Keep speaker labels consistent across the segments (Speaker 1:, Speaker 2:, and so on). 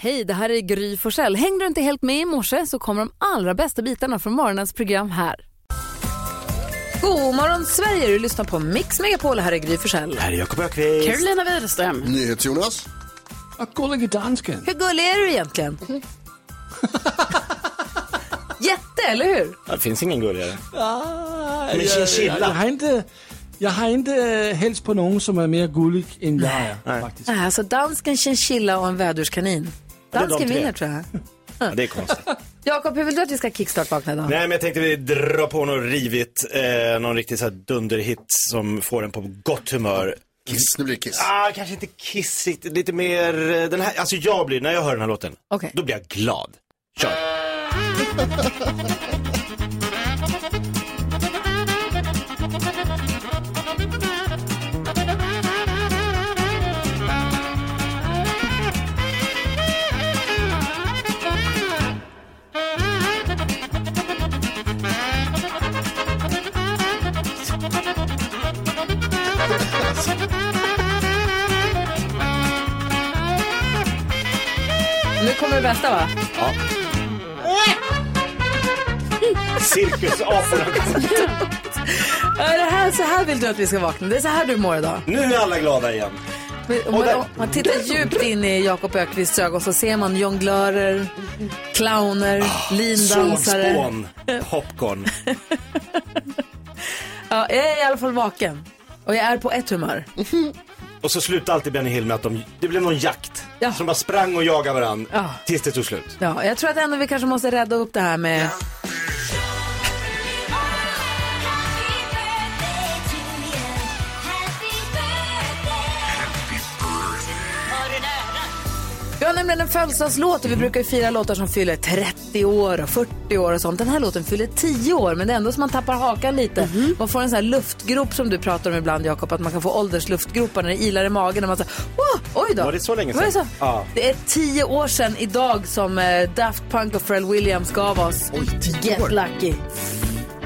Speaker 1: Hej, det här är Gry Forssell. Hängde du inte helt med i morse så kommer de allra bästa bitarna från morgonens program här. God morgon Sverige, du lyssnar på Mix Megapol. Här är Gry Forssell.
Speaker 2: Här är Jakob Ökvist.
Speaker 3: Carolina Widerström.
Speaker 4: NyhetsJonas.
Speaker 5: Och gullige dansken.
Speaker 1: Hur gullig är du egentligen? Jätte, eller hur?
Speaker 2: Det finns ingen gulligare.
Speaker 5: Ah,
Speaker 2: Men chinchilla.
Speaker 5: Jag, jag, har inte, jag har inte hälsat på någon som är mer gullig än jag är. Faktiskt.
Speaker 1: Nej, alltså dansken, chinchilla och en väderskanin.
Speaker 2: är de
Speaker 1: Dansken
Speaker 2: tre.
Speaker 1: vinner tror jag.
Speaker 2: Ja, det är konstigt.
Speaker 1: Jakob, hur vill du att vi ska kickstart-vakna idag?
Speaker 2: Nej, men jag tänkte vi drar på något rivigt. Eh, någon riktig så här dunderhit som får en på gott humör.
Speaker 4: Kiss, nu blir det Kiss.
Speaker 2: Ah, kanske inte kissigt, lite mer eh, den här, alltså jag blir, när jag hör den här låten,
Speaker 1: Okej.
Speaker 2: då blir jag glad. Kör!
Speaker 1: Nu kommer det bästa va?
Speaker 2: Cirkusaporna kommer.
Speaker 1: Är det här, så här vill du att vi ska vakna? Det är så här du mår idag.
Speaker 2: Nu är alla glada igen.
Speaker 1: Men Om man,
Speaker 2: där-
Speaker 1: om man tittar djupt in i Jakob Ökvists ögon så ser man jonglörer, clowner,
Speaker 2: Ah,
Speaker 1: lindansare.
Speaker 2: Sågspån, popcorn.
Speaker 1: Ja, jag är i alla fall vaken. Och jag är på ett humör.
Speaker 2: Och så slutade alltid Benny Hill med att de, det blev någon jakt.
Speaker 1: Ja.
Speaker 2: Så de bara sprang och jagade varandra
Speaker 1: Ja.
Speaker 2: tills det tog slut.
Speaker 1: Ja, jag tror att ändå vi kanske måste rädda upp det här med... Vi har nämligen en födelsedagslåt och vi brukar ju fira låtar som fyller 30 år och 40 år och sånt. Den här låten fyller 10 år men det är ändå som man tappar hakan lite.
Speaker 2: Mhm.
Speaker 1: Man får en sån här luftgrop som du pratar om ibland Jakob, att man kan få åldersluftgropar när det ilar i magen och man säger oh, oj då.
Speaker 2: Var det så länge
Speaker 1: Var det, så?
Speaker 2: sedan? Ja.
Speaker 1: det är 10 år sedan idag som eh, Daft Punk och Pharrell Williams gav oss Get Lucky.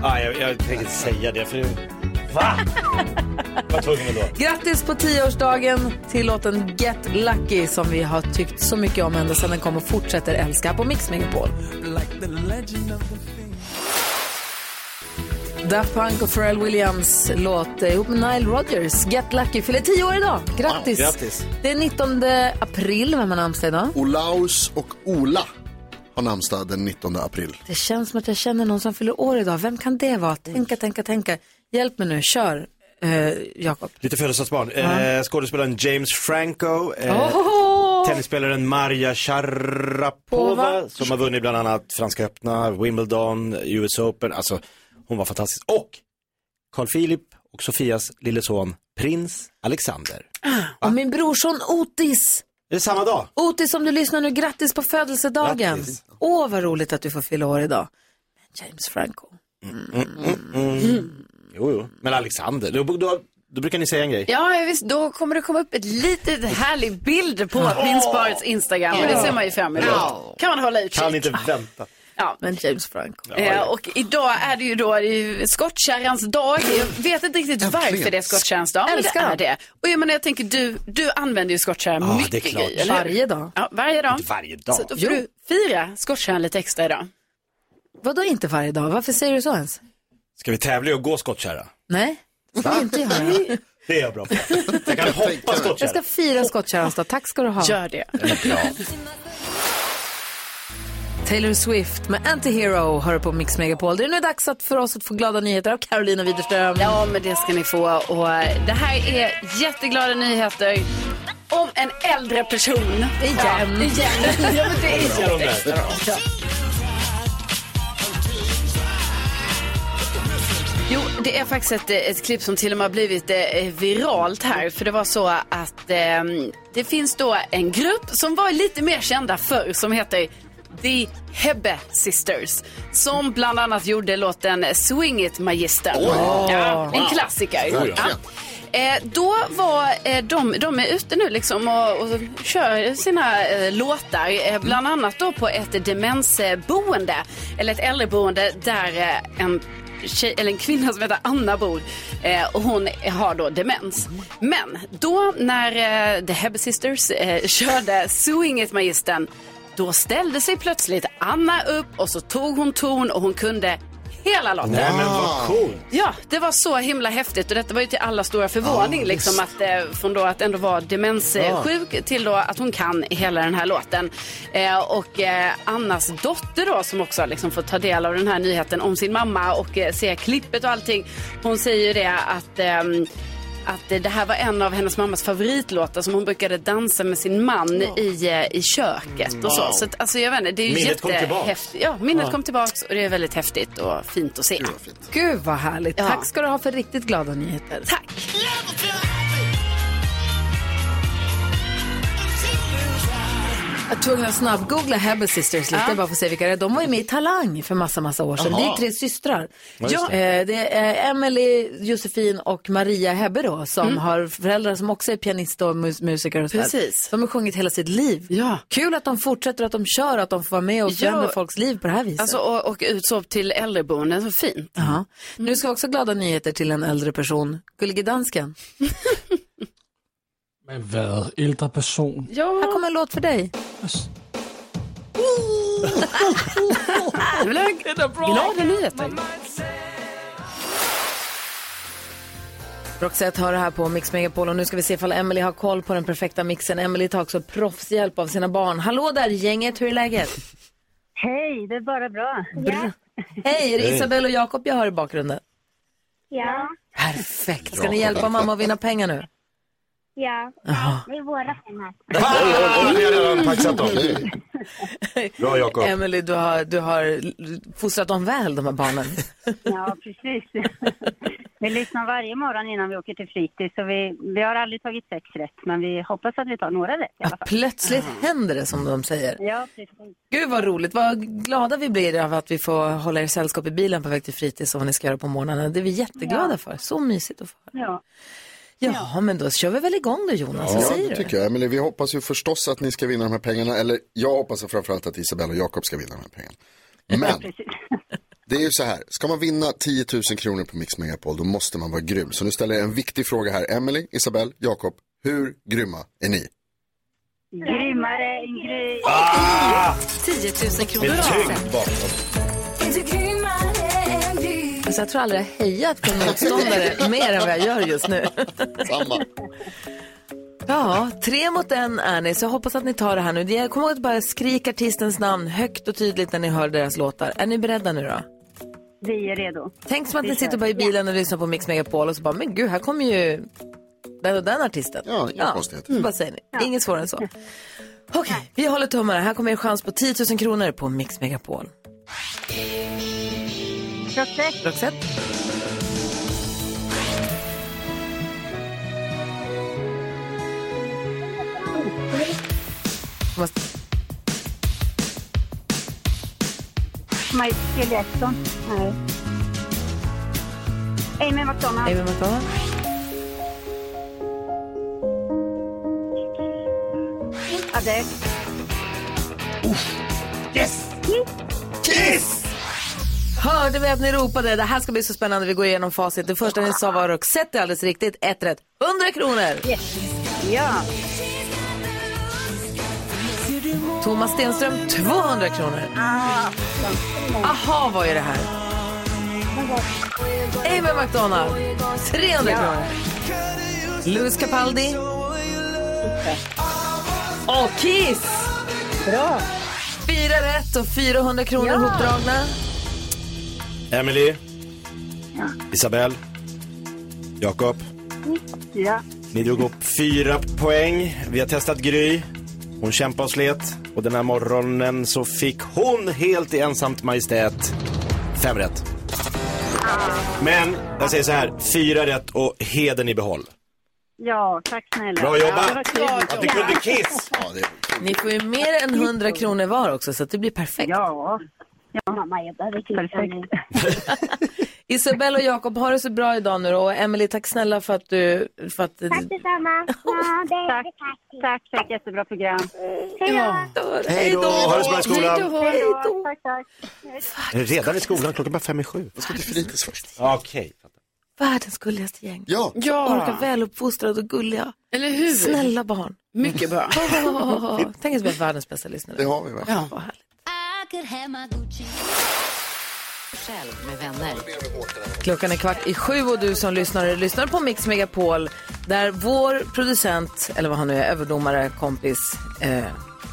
Speaker 2: Ah, jag, jag tänker inte säga det för Va? Vad tog ni då?
Speaker 1: Grattis på 10-årsdagen till låten Get Lucky som vi har tyckt så mycket om ända sedan den kom och fortsätter älska på Mix Megapol. Daft Punk och Pharrell Williams låt eh, ihop med Nile Rodgers, Get Lucky, fyller 10 år idag. Grattis!
Speaker 2: Ja, grattis.
Speaker 1: Det är 19 april, vem har namnsdag idag?
Speaker 4: Olaus och Ola har namnsdag den 19 april.
Speaker 1: Det känns som att jag känner någon som fyller år idag. Vem kan det vara? Tänka, tänka, tänka. Hjälp mig nu, kör eh, Jakob.
Speaker 2: Lite födelsedagsbarn. Eh, skådespelaren James Franco. Eh,
Speaker 1: Ohoho!
Speaker 2: Tennisspelaren Marja Sharapova
Speaker 1: Pova.
Speaker 2: som har vunnit bland annat Franska öppna, Wimbledon, US Open. Alltså hon var fantastisk. Och Carl Philip och Sofias lille son prins Alexander.
Speaker 1: Och min brorson Otis.
Speaker 2: Är det samma dag?
Speaker 1: Otis, om du lyssnar nu, grattis på födelsedagen.
Speaker 2: Grattis.
Speaker 1: Åh, vad roligt att du får fylla år idag. Men James Franco.
Speaker 2: Mm, Jo, jo. Men Alexander, då, då, då brukar ni säga en grej.
Speaker 3: Ja, visst, då kommer det komma upp ett litet härlig bild på Winsparts Instagram. Och det ser man ju fram emot. Kan man hålla utkik.
Speaker 2: Kan inte vänta.
Speaker 3: Ja.
Speaker 1: Men James Franco.
Speaker 3: Eh, och idag är det ju då det är ju skottkärrans dag. Jag vet inte riktigt varför det är skottkärrans dag, men det
Speaker 1: Älskar
Speaker 3: är
Speaker 1: dem.
Speaker 3: det. Och jag menar, jag tänker, du, du använder ju skottkärra
Speaker 2: Ja, det är
Speaker 3: mycket
Speaker 2: klart.
Speaker 3: Gry, eller hur?
Speaker 1: Varje dag.
Speaker 3: Ja, varje dag.
Speaker 2: Inte varje dag.
Speaker 3: Så då får du fira skottkärran lite extra idag.
Speaker 1: Vadå inte varje dag? Varför säger du så ens?
Speaker 2: Ska vi tävla i att gå skottkärra?
Speaker 1: Nej, det får du inte göra.
Speaker 2: Det är jag bra på. Jag kan hoppa
Speaker 1: Jag ska
Speaker 2: skottkärra.
Speaker 1: fira skottkärrans dag. Tack ska du ha.
Speaker 3: Gör det.
Speaker 1: Taylor Swift med Antihero hör på Mix Megapol. Det är nu dags att för oss att få glada nyheter av Carolina Widerström.
Speaker 3: Ja, men det ska ni få. Och eh, det här är jätteglada nyheter om en äldre person.
Speaker 1: Igen.
Speaker 3: Ja, igen. ja, men det är
Speaker 2: Ska de där?
Speaker 3: Jo, det är faktiskt ett, ett klipp som till och med har blivit eh, viralt här. För det var så att eh, det finns då en grupp som var lite mer kända förr som heter The Hebbe Sisters. Som bland annat gjorde låten Swing It Magister. ja, en klassiker.
Speaker 4: Verkligen.
Speaker 3: Ja. Eh, då var eh, de, de är ute nu liksom och, och kör sina eh, låtar. Eh, bland annat då på ett demensboende. Eller ett äldreboende där eh, en tjej, eller en kvinna som heter Anna Bor eh, och hon har då demens. Men då när eh, The Hebbe Sisters eh, körde Swinget Magistern då ställde sig plötsligt Anna upp och så tog hon ton och hon kunde hela låten.
Speaker 2: Nej men vad coolt.
Speaker 3: Ja, det var så himla häftigt och detta var ju till alla stora förvåning
Speaker 2: Ah,
Speaker 3: liksom att eh, från då att ändå vara demenssjuk till då att hon kan hela den här låten. Eh, och eh, Annas dotter då som också har liksom fått ta del av den här nyheten om sin mamma och eh, se klippet och allting. Hon säger ju det att ehm, att eh, det här var en av hennes mammas favoritlåtar som hon brukade dansa med sin man i, eh, i köket och så. Så att, alltså, jag vet inte, det är ju
Speaker 2: Minnet kom tillbaks.
Speaker 3: jättehäftigt. Ja, minnet kom tillbaks och det är väldigt häftigt och fint att se.
Speaker 1: Gud vad härligt.
Speaker 3: Ja.
Speaker 1: Tack ska du ha för riktigt glada nyheter.
Speaker 3: Tack!
Speaker 1: Jag var tvungen att snabbgoogla Hebbe Sisters lite bara för att se vilka det är. De var ju med i Talang för massa, massa år sedan. Det är tre systrar.
Speaker 2: just
Speaker 1: Ja, eh, det är Emily, Josefin och Maria Hebbe då som
Speaker 3: Mm.
Speaker 1: har föräldrar som också är pianister och mus- musiker och sådär.
Speaker 3: Precis.
Speaker 1: De har sjungit hela sitt liv.
Speaker 3: Ja.
Speaker 1: Kul att de fortsätter, att de kör, att de får vara med och förändra folks liv på det här viset.
Speaker 3: Alltså, och, och utsov till äldreboenden, så fint.
Speaker 1: Ja. Mm. Nu ska vi också glada nyheter till en äldre person. Gullige dansken,
Speaker 5: Men vad, äldre person.
Speaker 3: Ja,
Speaker 1: här kommer en låt för dig.
Speaker 3: det blev glada nyheter.
Speaker 1: Roxette har det här på Mix Megapol och nu ska vi se ifall Emily har koll på den perfekta mixen. Emily tar också proffshjälp av sina barn. Hallå där gänget, hur är läget?
Speaker 6: Hej, det är bara bra.
Speaker 1: Bra. Hej, är det Isabelle och Jakob jag hör i bakgrunden?
Speaker 6: Ja,
Speaker 1: Perfekt. Ska ni hjälpa mamma att vinna pengar nu?
Speaker 6: ja.
Speaker 1: Jaha.
Speaker 6: Det är våra pengar.
Speaker 2: Oj, oj, oj, vi har redan paxat dem. Bra Jakob.
Speaker 1: Emily, du har, du har fostrat dem väl, de här barnen.
Speaker 6: Ja, precis. vi lyssnar varje morgon innan vi åker till fritids. Så vi, vi har aldrig tagit sex rätt, men vi hoppas att vi tar några rätt i alla fall.
Speaker 1: Plötsligt händer det som de säger.
Speaker 6: Ja, precis.
Speaker 1: Gud vad roligt, vad glada vi blir av att vi får hålla er sällskap i bilen på väg till fritids och vad ni ska göra på morgonen. Det är vi jätteglada för, så mysigt att få höra.
Speaker 6: Ja.
Speaker 1: Jaha, men då kör vi väl igång då Jonas, vad
Speaker 4: Ja,
Speaker 1: säger
Speaker 4: det
Speaker 1: du?
Speaker 4: tycker jag. Emelie, vi hoppas ju förstås att ni ska vinna de här pengarna. Eller jag hoppas framförallt att Isabella och Jakob ska vinna de här pengarna. Men
Speaker 6: Precis.
Speaker 4: det är ju så här, ska man vinna 10 000 kronor på Mix Megapol då måste man vara grym. Så nu ställer jag en viktig fråga här. Emelie, Isabelle, Jakob, hur grymma är ni?
Speaker 6: Grymmare än gry.
Speaker 1: 10 000 kronor
Speaker 2: Tyngd bakom.
Speaker 1: Alltså, jag tror aldrig jag hejat på en motståndare mer än vad jag gör just nu.
Speaker 4: Samma.
Speaker 1: Ja, tre mot en är ni, så jag hoppas att ni tar det här nu. Jag kommer ihåg att bara skrika artistens namn högt och tydligt när ni hör deras låtar. Är ni beredda nu då?
Speaker 6: Vi är redo.
Speaker 1: Tänk som att ni sitter bara i bilen och lyssnar på Mix Megapol och så bara, men gud, här kommer ju den och den artisten.
Speaker 4: Ja, inga konstigheter. Mm.
Speaker 1: Vad säger ni? Inget svårare än så. Okej, vi håller tummarna. Här kommer er chans på 10 000 kronor på Mix Megapol.
Speaker 6: Projekt
Speaker 1: Roxette? Måste...
Speaker 6: Michael Jackson. Nej. Amy McDonald.
Speaker 1: Amy McDonald?
Speaker 6: Adele.
Speaker 1: Hörde vi att ni ropade? Det här ska bli så spännande. Vi går igenom facit. Det första ni sa var Roxette. Det är alldeles riktigt. Ett rätt. 100 kronor!
Speaker 6: Ja.
Speaker 1: Thomas Stenström, 200 kronor.
Speaker 6: Ah.
Speaker 1: Aha var ju det här. Amy McDonald, 300 kronor. Louis Capaldi. Och Kiss! Bra. Fyra rätt och 400 kronor hopdragna.
Speaker 2: Emily. Isabelle. Jakob.
Speaker 6: Ja.
Speaker 2: Ni drog upp fyra poäng. Vi har testat Gry. Hon kämpade och slet. Och den här morgonen så fick hon helt i ensamt majestät fem rätt. Men jag säger så här, fyra rätt och heden i behåll.
Speaker 6: Ja, tack snälla.
Speaker 2: Bra
Speaker 6: Det var
Speaker 2: jobbat!
Speaker 6: kul.
Speaker 2: Att du kunde Kiss!
Speaker 4: Ja, det är...
Speaker 1: Ni får ju mer än 100 kronor var också, så att det blir perfekt.
Speaker 6: Ja. Ja, mamma, jag behöver Perfekt.
Speaker 1: Isabella och Jakob, har det så bra idag nu då. Och Emily, tack snälla för att du... För att,
Speaker 7: Tack detsamma. Ja, det är
Speaker 6: Tack.
Speaker 7: det faktiskt.
Speaker 6: Tack för ett jättebra program.
Speaker 7: Hej då.
Speaker 2: Hej då! Ha det så bra i skolan.
Speaker 3: Hej då.
Speaker 6: Tack, tack.
Speaker 2: Redan i skolan, klockan bara fem i sju.
Speaker 4: Jag ska till fritids först.
Speaker 2: Okej.
Speaker 1: Världens gulligaste gäng.
Speaker 4: Ja,
Speaker 1: Orka
Speaker 3: Ja,
Speaker 1: väluppfostrade och gulliga.
Speaker 3: eller hur?
Speaker 1: Snälla barn.
Speaker 3: Mycket bra.
Speaker 1: Åh, Tänk att vi har världens bästa
Speaker 4: det
Speaker 1: lyssnare.
Speaker 4: har vi väl.
Speaker 3: Ja.
Speaker 1: Vad härligt.
Speaker 8: Själv med vänner.
Speaker 1: Klockan är kvart i sju och du som lyssnar lyssnar på Mix Megapol där vår producent, eller vad han nu är, överdomare, kompis, eh,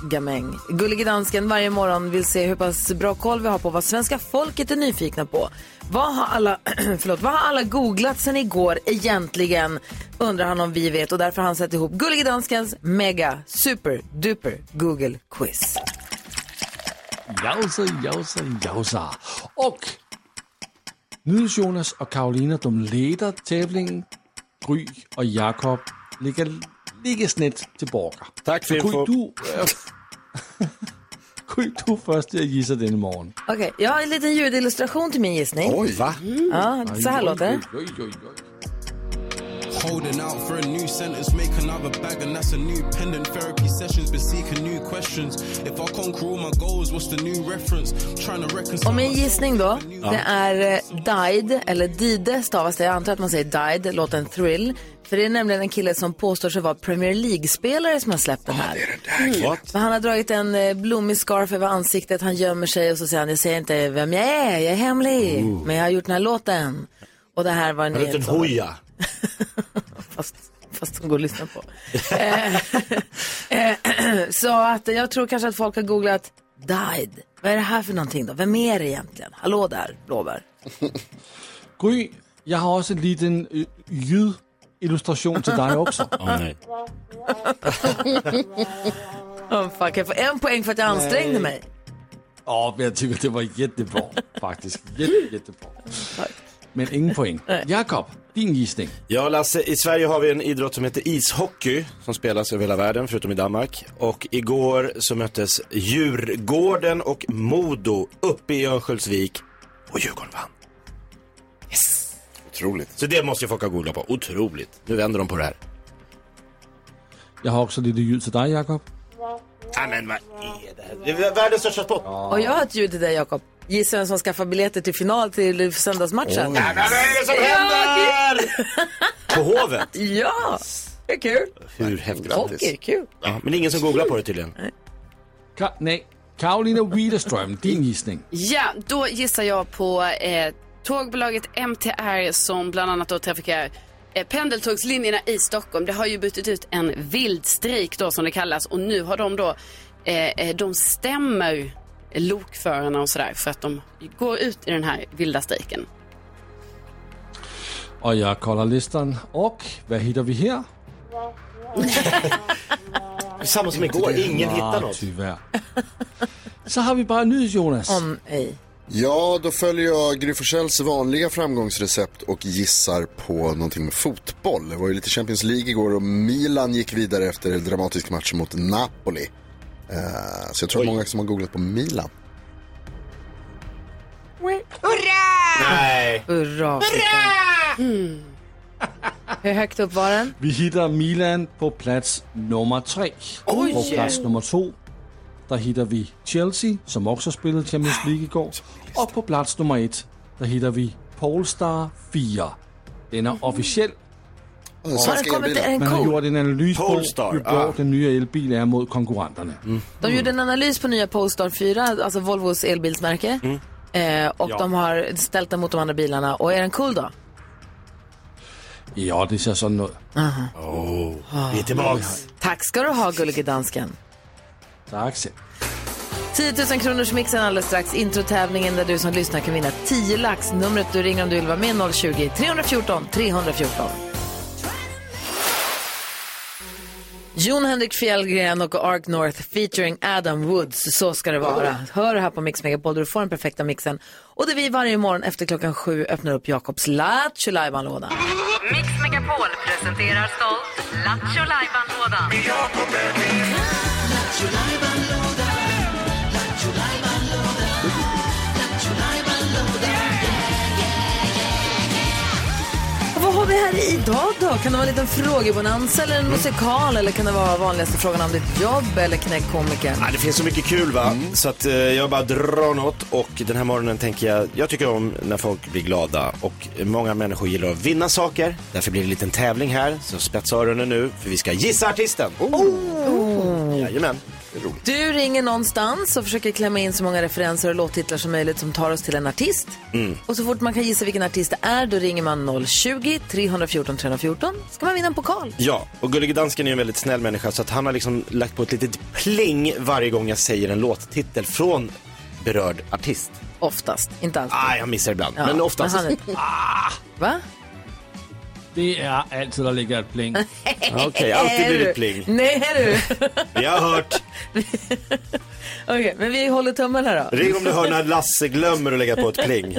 Speaker 1: gamäng, gullige dansken varje morgon vill se hur pass bra koll vi har på vad svenska folket är nyfikna på. Vad har alla, förlåt, vad har alla googlat sen igår egentligen? Undrar han om vi vet och därför har han satt ihop gullige danskens mega super duper Google quiz.
Speaker 5: Jausa, jausa, jausa. Och Nydes Jonas och Karolina, de leder tävlingen. Gry och Jakob ligger lika snett tillbaka.
Speaker 2: Tack för
Speaker 5: Gry,
Speaker 2: info.
Speaker 5: du... Äh, Gry, du är först till att gissa denna morgon.
Speaker 1: Okej, jag har en liten ljudillustration till min gissning.
Speaker 4: Oj, va?
Speaker 1: Ja, så här låter det.
Speaker 5: Oj, oj, oj, oj.
Speaker 9: Holding out for a new sentence, make another bag, and that's a new pendant. Therapy sessions, been seeking new questions. If I conquer all my goals, what's the new reference? Trying to reconcile.
Speaker 1: Och min
Speaker 9: myself
Speaker 1: gissning då,
Speaker 9: with the new-
Speaker 1: det är eh, Died, eller Dide stavas det. Jag antar att man säger Died, låten Thrill. För det är nämligen en kille som påstår sig vara Premier League-spelare som har släppt den här.
Speaker 2: What?
Speaker 1: Men han har dragit en eh, blommig scarf över ansiktet, han gömmer sig och så säger han, jag säger inte vem jag är, jag är hemlig, men jag har gjort den här låten. Och det här var en
Speaker 2: Har du inte en
Speaker 1: nyhet som-
Speaker 2: hoja?
Speaker 1: fast, fast de går att lyssna på. Eh, eh, så att jag tror kanske att folk har googlat Died. Vad är det här för någonting då? Vem är det egentligen? Hallå där, blåbär.
Speaker 5: Gry, jag har också en liten øh, ljudillustration till dig också.
Speaker 2: nej.
Speaker 1: Oh, fuck, jag får en poäng för att jag ansträngde mig.
Speaker 5: Ja, men jag tycker det var jättebra faktiskt. Jätte, jättebra. Men ingen poäng. Jakob, din gissning.
Speaker 2: Ja, Lasse, i Sverige har vi en idrott som heter ishockey som spelas över hela världen, förutom i Danmark. Och igår så möttes Djurgården och Modo uppe i Örnsköldsvik och Djurgården vann.
Speaker 4: Otroligt.
Speaker 2: Så det måste ju folk ha googlat på. Otroligt. Nu vänder de på det här.
Speaker 5: Jag har också lite ljud till dig, Jakob.
Speaker 2: Ja, men vad är det här? Det är världens största sport.
Speaker 1: Och jag har ett ljud till dig, Jakob. Gissa vem som skaffar biljetter till final till söndagsmatchen.
Speaker 2: Ja, men vad är det som händer? På Hovet.
Speaker 1: Ja, det är kul.
Speaker 2: Hur häftigt?
Speaker 1: Hockey, är kul.
Speaker 2: Ja, men det är ingen som googlar på det tydligen.
Speaker 5: Ka- nej, Karolina Widerström, din gissning.
Speaker 3: Ja, då gissar jag på eh, tågbolaget MTR som bland annat då trafikerar eh, pendeltågslinjerna i Stockholm. Det har ju brutit ut en vild strejk då som det kallas och nu har de då, eh, eh, de stämmer lokförarna och sådär för att de går ut i den här vilda strejken.
Speaker 5: Och jag kollar listan. Och vad hittar vi här?
Speaker 2: Samma som igår, ingen hittar något.
Speaker 5: Tyvärr. Så har vi bara nyhets, Jonas.
Speaker 1: Mm, ej.
Speaker 4: Ja, då följer jag Gry Forssells vanliga framgångsrecept och gissar på någonting med fotboll. Det var ju lite Champions League igår och Milan gick vidare efter en dramatisk match mot Napoli. Eh, så jag tror många som har googlat på Milan.
Speaker 2: Nej.
Speaker 1: Hurra. Mm. Hur högt upp var den?
Speaker 5: Vi hittar Milan på plats nummer tre. På plats nummer två, där hittar vi Chelsea, som också spelade Champions League igår. Och på plats nummer ett, där hittar vi Polestar 4. Den är officiell.
Speaker 4: Den
Speaker 1: Har den
Speaker 4: svenska
Speaker 1: kommit
Speaker 4: elbilen.
Speaker 1: en
Speaker 5: Man har
Speaker 1: cool?
Speaker 5: gjort en analys på
Speaker 2: Polestar,
Speaker 5: hur bra
Speaker 2: ah.
Speaker 5: den nya elbilen är mot konkurrenterna.
Speaker 1: De gjorde en analys på nya Polestar 4, alltså Volvos elbilsmärke.
Speaker 5: Mm.
Speaker 1: Eh, och de har ställt den mot de andra bilarna. Och är den cool då?
Speaker 5: Ja, det ser sådan ut.
Speaker 2: Vi är tillbaks.
Speaker 1: Tack ska du ha, gullige dansken.
Speaker 5: Tack så.
Speaker 1: 10 000 kronors mixen alldeles strax. Introtävlingen där du som lyssnar kan vinna 10 lax. Numret du ringer om du vill vara med 020-314 314. Jon Henrik Fjällgren och Ark North featuring Adam Woods. Så ska det vara. Hör det här på Mix Megapol där du får den perfekta mixen. Och där vi varje morgon efter klockan sju öppnar upp Jakobs Lattjo låda
Speaker 8: Mix Megapol presenterar stolt Lattjo Lajban-lådan.
Speaker 1: här idag då? Kan det vara en liten frågebonanza eller en musikal eller kan det vara vanligaste frågan om ditt jobb eller knäck komikern?
Speaker 2: Ja, det finns så mycket kul va, så att eh, jag bara drar något och den här morgonen tänker jag, jag tycker om när folk blir glada och många människor gillar att vinna saker. Därför blir det en liten tävling här, så spetsa öronen nu för vi ska gissa artisten. Oh. Jajamän.
Speaker 1: Du ringer någonstans och försöker klämma in så många referenser och låttitlar som möjligt som tar oss till en artist.
Speaker 2: Mm.
Speaker 1: Och så fort man kan gissa vilken artist det är, då ringer man 020-314 314. Ska man vinna en pokal?
Speaker 2: Ja, och Gullige Dansken är ju en väldigt snäll människa så att han har liksom lagt på ett litet pling varje gång jag säger en låttitel från berörd artist.
Speaker 1: Oftast, inte alltid.
Speaker 2: Ah, jag missar ibland,
Speaker 1: Ja,
Speaker 2: men oftast.
Speaker 1: han är- Va?
Speaker 5: Det är alltid der ligger et pling.
Speaker 2: Okej, alltid blir det
Speaker 1: du?
Speaker 2: pling.
Speaker 1: Nej, är du?
Speaker 2: Vi har hört.
Speaker 1: Okej, men vi håller tummen här då.
Speaker 2: Ring om du hör när Lasse glömmer att lägga på ett pling.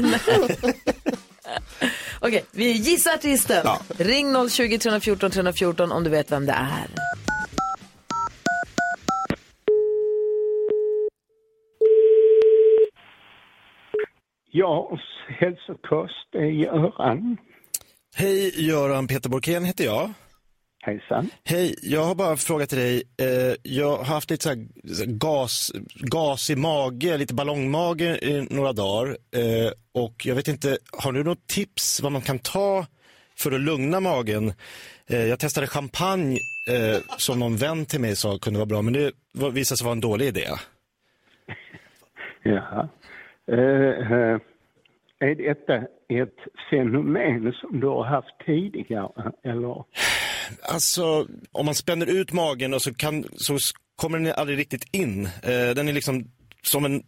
Speaker 1: Okej, vi gissar artisten.
Speaker 2: Ja.
Speaker 1: Ring 020-314 314 om du vet vem det är.
Speaker 10: Ja, hälsokost är Göran.
Speaker 2: Hej, Göran Peter Borkén heter jag.
Speaker 10: Hejsan.
Speaker 2: Hej, jag har bara en fråga till dig. Eh, jag har haft lite så här så här gas, gas i mage, lite ballongmage i några dagar. Eh, och jag vet inte, har du något tips vad man kan ta för att lugna magen? Eh, jag testade champagne eh, som någon vän till mig sa kunde vara bra, men det var- visade sig vara en dålig idé.
Speaker 10: Ja. Eh, eh, är detta ett fenomen som du har haft tidigare? Eller?
Speaker 2: Alltså, om man spänner ut magen och så, kan, så s- kommer den aldrig riktigt in. Eh, den är liksom som en,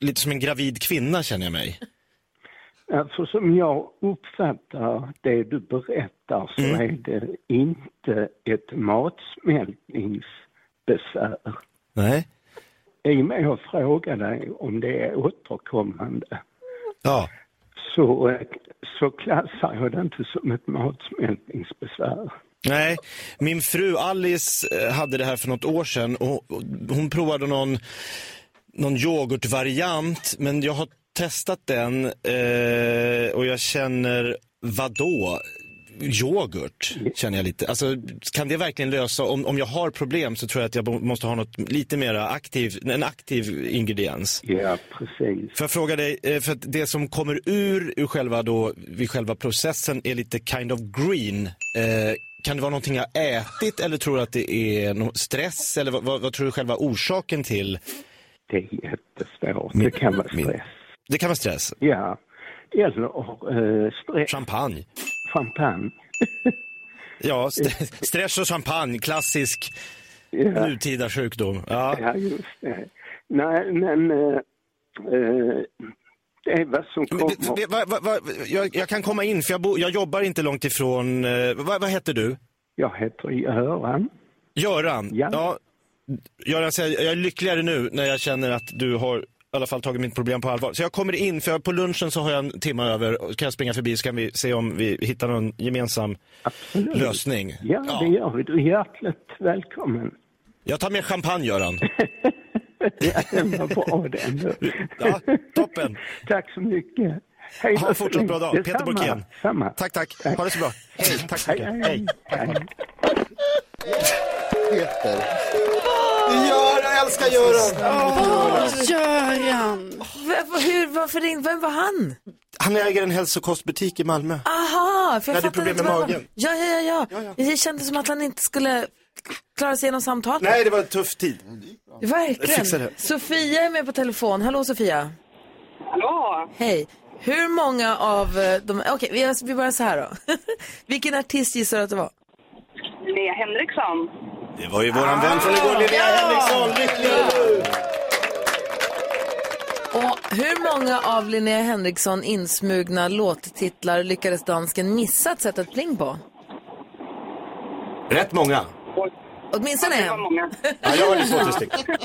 Speaker 2: lite som en gravid kvinna känner jag mig.
Speaker 10: Alltså som jag uppfattar det du berättar så
Speaker 2: Mm.
Speaker 10: är det inte ett matsmältningsbesvär.
Speaker 2: Nej.
Speaker 10: I och med jag frågar dig om det är återkommande
Speaker 2: Ja.
Speaker 10: så, eh, så klassar jag det inte som ett matsmältningsbesvär.
Speaker 2: Nej, min fru Alice eh, hade det här för något år sedan och och hon provade någon, någon yoghurtvariant men jag har testat den eh, och jag känner, vadå? Yoghurt känner jag lite. Alltså, kan det verkligen lösa, om, om jag har problem så tror jag att jag bo- måste ha något lite mer aktiv, en aktiv ingrediens.
Speaker 10: Ja, precis.
Speaker 2: Får jag fråga dig, eh, för att det som kommer ur, ur själva då, vid själva processen är lite kind of green. Eh, kan det vara någonting jag ätit eller tror du att det är nå- stress? Eller vad, vad, vad tror du är själva orsaken till?
Speaker 10: Det är jättesvårt. Det kan vara
Speaker 2: min-
Speaker 10: stress.
Speaker 2: Det kan vara stress.
Speaker 10: Ja. Eller eh, stress,
Speaker 2: Champagne.
Speaker 10: champagne.
Speaker 2: Ja, st- stress och champagne, klassisk
Speaker 10: Ja,
Speaker 2: nutida sjukdom. Ja.
Speaker 10: ja, just det. Eh, Nej, men eh, eh, det är vad som
Speaker 2: Men det-
Speaker 10: kommer.
Speaker 2: det- va- va- va- Jag, jag kan komma in, för jag, bo, jag jobbar inte långt ifrån... eh, Vad, vad heter du?
Speaker 10: Jag heter Göran.
Speaker 2: Göran, ja.
Speaker 10: Ja.
Speaker 2: Göran säger, jag är lyckligare nu när jag känner att du har i alla fall tagit mitt problem på allvar. Så jag kommer in, för jag, på lunchen så har jag en timme över. Och så kan jag springa förbi så kan vi se om vi hittar någon gemensam lösning.
Speaker 10: Ja, det gör vi. Du är hjärtligt välkommen.
Speaker 2: Jag tar med champagne, Göran.
Speaker 10: Ja, den var bra den. du.
Speaker 2: Ja, toppen.
Speaker 10: Tack så mycket. Hej,
Speaker 2: Ha en fortsatt bra dag. Peter
Speaker 10: Detsamma,
Speaker 2: Borkén.
Speaker 10: Samma.
Speaker 2: Tack, tack. Ha det så bra. Hej. Tack så
Speaker 10: Hej,
Speaker 2: mycket. Hej.
Speaker 10: hej, hej.
Speaker 4: Peter.
Speaker 2: Göran, jag älskar Göran!
Speaker 3: Åh, Göran!
Speaker 1: V- hur, varför ringde, vem var han?
Speaker 2: Han äger en hälsokostbutik i Malmö.
Speaker 1: Ah, Aha, för jag
Speaker 2: Jag hade
Speaker 1: fattade
Speaker 2: problem
Speaker 1: inte
Speaker 2: med
Speaker 1: vad-
Speaker 2: magen.
Speaker 1: Ja, ja, ja, ja. Det kändes som att han inte skulle klara sig genom samtalet.
Speaker 2: Nej, det var en tuff tid. Jag fixar
Speaker 1: Verkligen.
Speaker 2: det.
Speaker 1: Sofia är med på telefon. Hallå Sofia.
Speaker 6: Hallå!
Speaker 1: Hej. Hur många av eh, de... Okej, vi, alltså, vi börjar så här då. Vilken artist gissar du att det var?
Speaker 6: Linnea Henriksson.
Speaker 2: Det var ju våran vän från igår, Linnea Henriksson. Lyckligare nu!
Speaker 1: Och hur många av Linnea Henriksson insmugna låttitlar lyckades dansken missa att sätta ett pling på?
Speaker 2: Rätt många.
Speaker 1: Åtminstone en.
Speaker 6: många.
Speaker 2: Ja, jag har ju två stycken.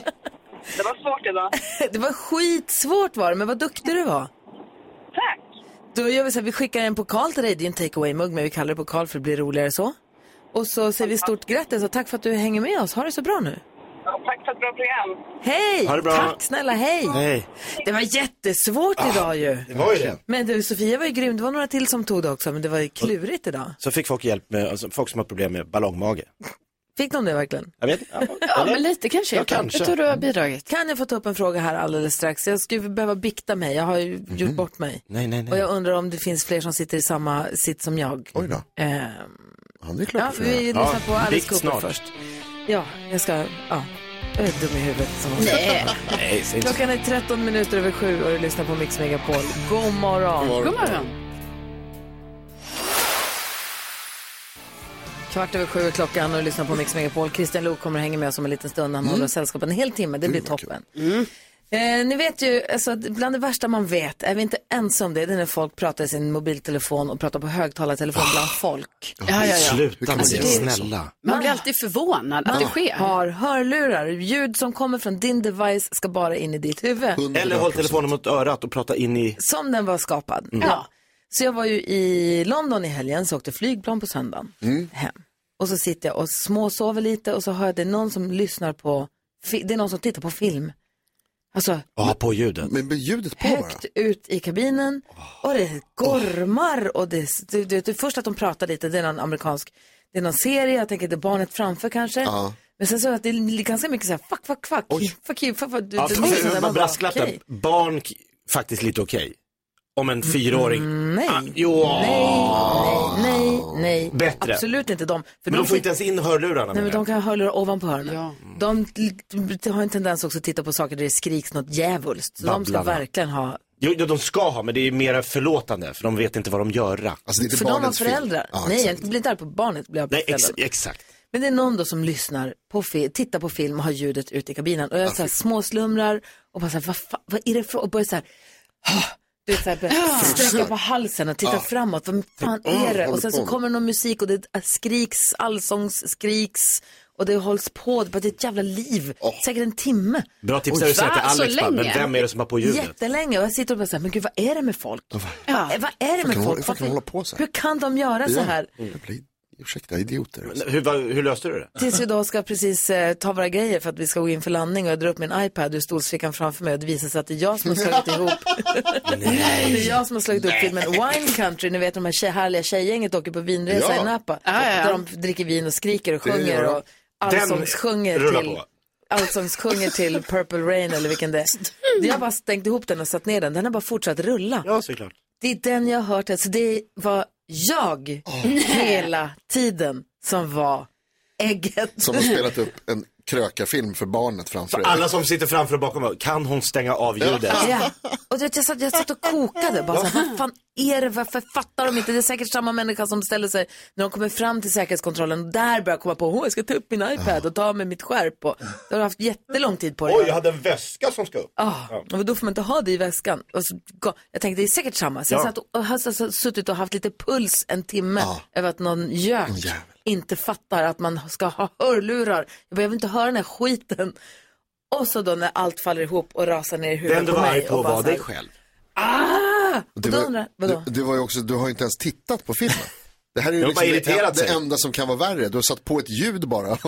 Speaker 6: Det var svårt idag.
Speaker 1: Det var skitsvårt var det, men vad duktig du var.
Speaker 6: Tack!
Speaker 1: Då gör vi så här, vi skickar en pokal till dig. Det är ju en takeaway-mugg, men vi kallar det pokal för det blir roligare så. Och så säger vi stort grattis och tack för att du hänger med oss. Ha det så bra nu.
Speaker 11: och tack för ett bra program.
Speaker 1: Hej!
Speaker 11: Ha det bra.
Speaker 1: Tack snälla, hej!
Speaker 2: Hej. Ah,
Speaker 1: Det var jättesvårt idag ju.
Speaker 2: det var ju det.
Speaker 1: Men du, Sofia var ju grym. Det var några till som tog det också, men det var ju klurigt idag.
Speaker 2: Så fick folk hjälp med, alltså, folk som har problem med ballongmage.
Speaker 1: Fick de det verkligen?
Speaker 2: Jag vet inte.
Speaker 1: Ja,
Speaker 2: Eller?
Speaker 1: men lite kanske.
Speaker 2: Ja, kanske.
Speaker 1: Jag tror du har bidragit. Kan jag få ta upp en fråga här alldeles strax? Jag skulle behöva bikta mig. Jag har ju
Speaker 2: Mm.
Speaker 1: gjort bort mig.
Speaker 2: Nej, nej, nej.
Speaker 1: Och jag undrar om det finns fler som sitter i samma sitt som jag. Oj då.
Speaker 4: Ja, det är klart
Speaker 1: ja,
Speaker 4: du får
Speaker 1: vi
Speaker 4: göra.
Speaker 1: lyssnar på
Speaker 4: Ja,
Speaker 1: Alice
Speaker 4: bikt
Speaker 1: Cooper
Speaker 4: snart.
Speaker 1: först. Ja, jag ska... Ja. Jag är dum i huvudet som vanligt.
Speaker 2: Nej. Nej, säg inte så.
Speaker 1: Klockan är 13 minuter över sju och du lyssnar på Mix Megapol. God morgon.
Speaker 2: God morgon. God morgon.
Speaker 1: Kvart över sju är klockan och du lyssnar på Mix Megapol. Christian Lok kommer att hänga med oss om en liten stund. Han håller oss sällskap en hel timme. Det blir toppen. Eh, ni vet ju, alltså, att bland det värsta man vet, är vi inte ensam om det, det är när folk pratar i sin mobiltelefon och pratar på högtalartelefon bland folk.
Speaker 3: Ah. Ja, ja, ja.
Speaker 2: Sluta med
Speaker 1: Alltså,
Speaker 2: det,
Speaker 1: det är-
Speaker 2: snälla.
Speaker 3: Man blir alltid förvånad att det sker.
Speaker 1: har hörlurar. Ljud som kommer från din device ska bara in i ditt huvud.
Speaker 2: Eller håll telefonen mot örat och prata in i...
Speaker 1: Som den var skapad.
Speaker 2: Mm.
Speaker 1: Ja. Så jag var ju i London i helgen, så åkte flygplan på söndagen
Speaker 2: Mm.
Speaker 1: hem. Och så sitter jag och småsover lite och så hör jag det är någon som lyssnar på, fi- det är någon som tittar på film. Alltså
Speaker 2: Ja, på ljudet.
Speaker 4: Men med ljudet på bara?
Speaker 1: högt ut i kabinen och det gormar och det, du, du, du, först att de pratar lite, det är någon amerikansk, det är någon serie, jag tänker det är barnet framför kanske.
Speaker 4: Ja.
Speaker 1: Men sen så att det är ganska mycket så här fuck, fuck, fuck, fuck you, fuck, fuck, du,
Speaker 2: Ja,
Speaker 1: du,
Speaker 2: för-
Speaker 1: du- sådär,
Speaker 2: man
Speaker 1: bara,
Speaker 2: brasklappar.
Speaker 1: okej.
Speaker 2: Barn k- faktiskt lite okej. Om en fyraåring.
Speaker 1: nej.
Speaker 2: Ah, jo.
Speaker 1: Nej, nej, nej.
Speaker 2: Bättre.
Speaker 1: Absolut inte de. För
Speaker 2: Men de får inte ens in hörlurarna.
Speaker 1: Nej, men
Speaker 2: menar
Speaker 1: de
Speaker 2: jag.
Speaker 1: kan ha hörlurar ovanpå hörnen. De, de har en tendens också att titta på saker där det skriks något djävulskt. Så de ska
Speaker 2: Babblarna.
Speaker 1: verkligen ha...
Speaker 2: Jo, ja, de ska ha, men det är mera förlåtande, för de vet inte vad de gör. Alltså,
Speaker 1: För de har föräldrar. Nej, jag blir inte arg på barnet. Blir jag på
Speaker 2: Nej, ex
Speaker 1: föräldrar.
Speaker 2: exakt.
Speaker 1: Men det är någon då som lyssnar, på fi- tittar på film och har ljudet ute i kabinen. Och jag så här, småslumrar och bara så här, vad, fa- vad är det för... Och börjar så här... "Ah", Du vet, så här, börjar sträcka på halsen och titta
Speaker 12: Ja.
Speaker 1: framåt. Vad fan
Speaker 12: Ah,
Speaker 1: är det?
Speaker 12: håller
Speaker 1: Och sen
Speaker 12: på
Speaker 1: så
Speaker 12: med.
Speaker 1: kommer någon musik och det är äh, skriks, allsångsskriks. Och det hålls på, det är bara ett jävla liv. Säkert en timme.
Speaker 2: Bra tips är att säga till Alex, bara, men vem är det som har på ljudet?
Speaker 1: Jättelänge. Och jag sitter och bara så här, men gud vad är det med folk? Eh, Vad är det
Speaker 4: Fan,
Speaker 1: med
Speaker 4: kan
Speaker 1: folk?
Speaker 4: de- fan, kan de
Speaker 1: Varför-
Speaker 4: hålla på så här?
Speaker 1: Hur kan de göra så
Speaker 4: Ja.
Speaker 1: här?
Speaker 4: Jag blir, ursäkta, idioter.
Speaker 2: Men Hur, vad- hur löste du det?
Speaker 1: Tills vi då ska precis eh, ta våra grejer för att vi ska gå in för landning och jag drar upp min iPad ur stolsfickan framför mig och det visar sig att det är jag som har slagit ihop. Det är jag som har slagit upp filmen Wine Country, ni vet de här tjej, härliga tjejgänget åker på vinresa
Speaker 3: Ja.
Speaker 1: i Napa.
Speaker 3: Ja, ja, ja.
Speaker 1: Där de dricker vin och skriker och
Speaker 3: Det gör
Speaker 1: sjunger
Speaker 3: de.
Speaker 1: och
Speaker 3: Den
Speaker 1: allsångssjunger
Speaker 3: rullar
Speaker 1: till,
Speaker 3: på.
Speaker 1: allsångssjunger till Purple Rain eller vilken det är. Jag har bara stängt ihop den och satt ner den, den har bara fortsatt rulla.
Speaker 2: Ja, såklart.
Speaker 1: Det är den jag har hört, alltså det var jag hela tiden som var ägget.
Speaker 4: Som har spelat upp en krökarfilm för barnet framför
Speaker 2: Så alla som sitter framför och bakom, kan hon stänga av ljudet?
Speaker 1: Ja. Och du vet, jag, satt, jag satt och kokade. Bara, så här, vad fan är det? Varför fattar de inte? Det är säkert samma människa som ställer sig när de kommer fram till säkerhetskontrollen och där börjar komma på, åh, jag ska ta upp min iPad och ta med mitt skärp. Och, då har du haft jättelång tid på dig.
Speaker 2: Oj, jag hade en väska som ska upp.
Speaker 1: Ah, och då får man inte ha det i väskan. Och så, ga- jag tänkte det är säkert samma. Så jag
Speaker 2: Ja. Ah.
Speaker 1: satt och, och har så- så- suttit och haft lite puls en timme över att någon gök inte fattar att man ska ha hörlurar. Jag behöver inte höra den här skiten. Och så då när allt faller ihop och rasar ner i huvudet
Speaker 2: Den du
Speaker 1: på
Speaker 2: var
Speaker 1: mig.
Speaker 2: arg på
Speaker 1: och bara
Speaker 2: var
Speaker 1: så här,
Speaker 2: dig själv.
Speaker 1: Ah! Och
Speaker 4: Du
Speaker 1: då undrar, vadå?
Speaker 4: var, du, du var ju också, du har ju inte ens tittat på filmen. Det här är ju
Speaker 2: Jag var bara
Speaker 4: liksom det, en,
Speaker 2: irriterad,
Speaker 4: det
Speaker 2: säger.
Speaker 4: enda som kan vara värre. Du har satt på ett ljud bara och,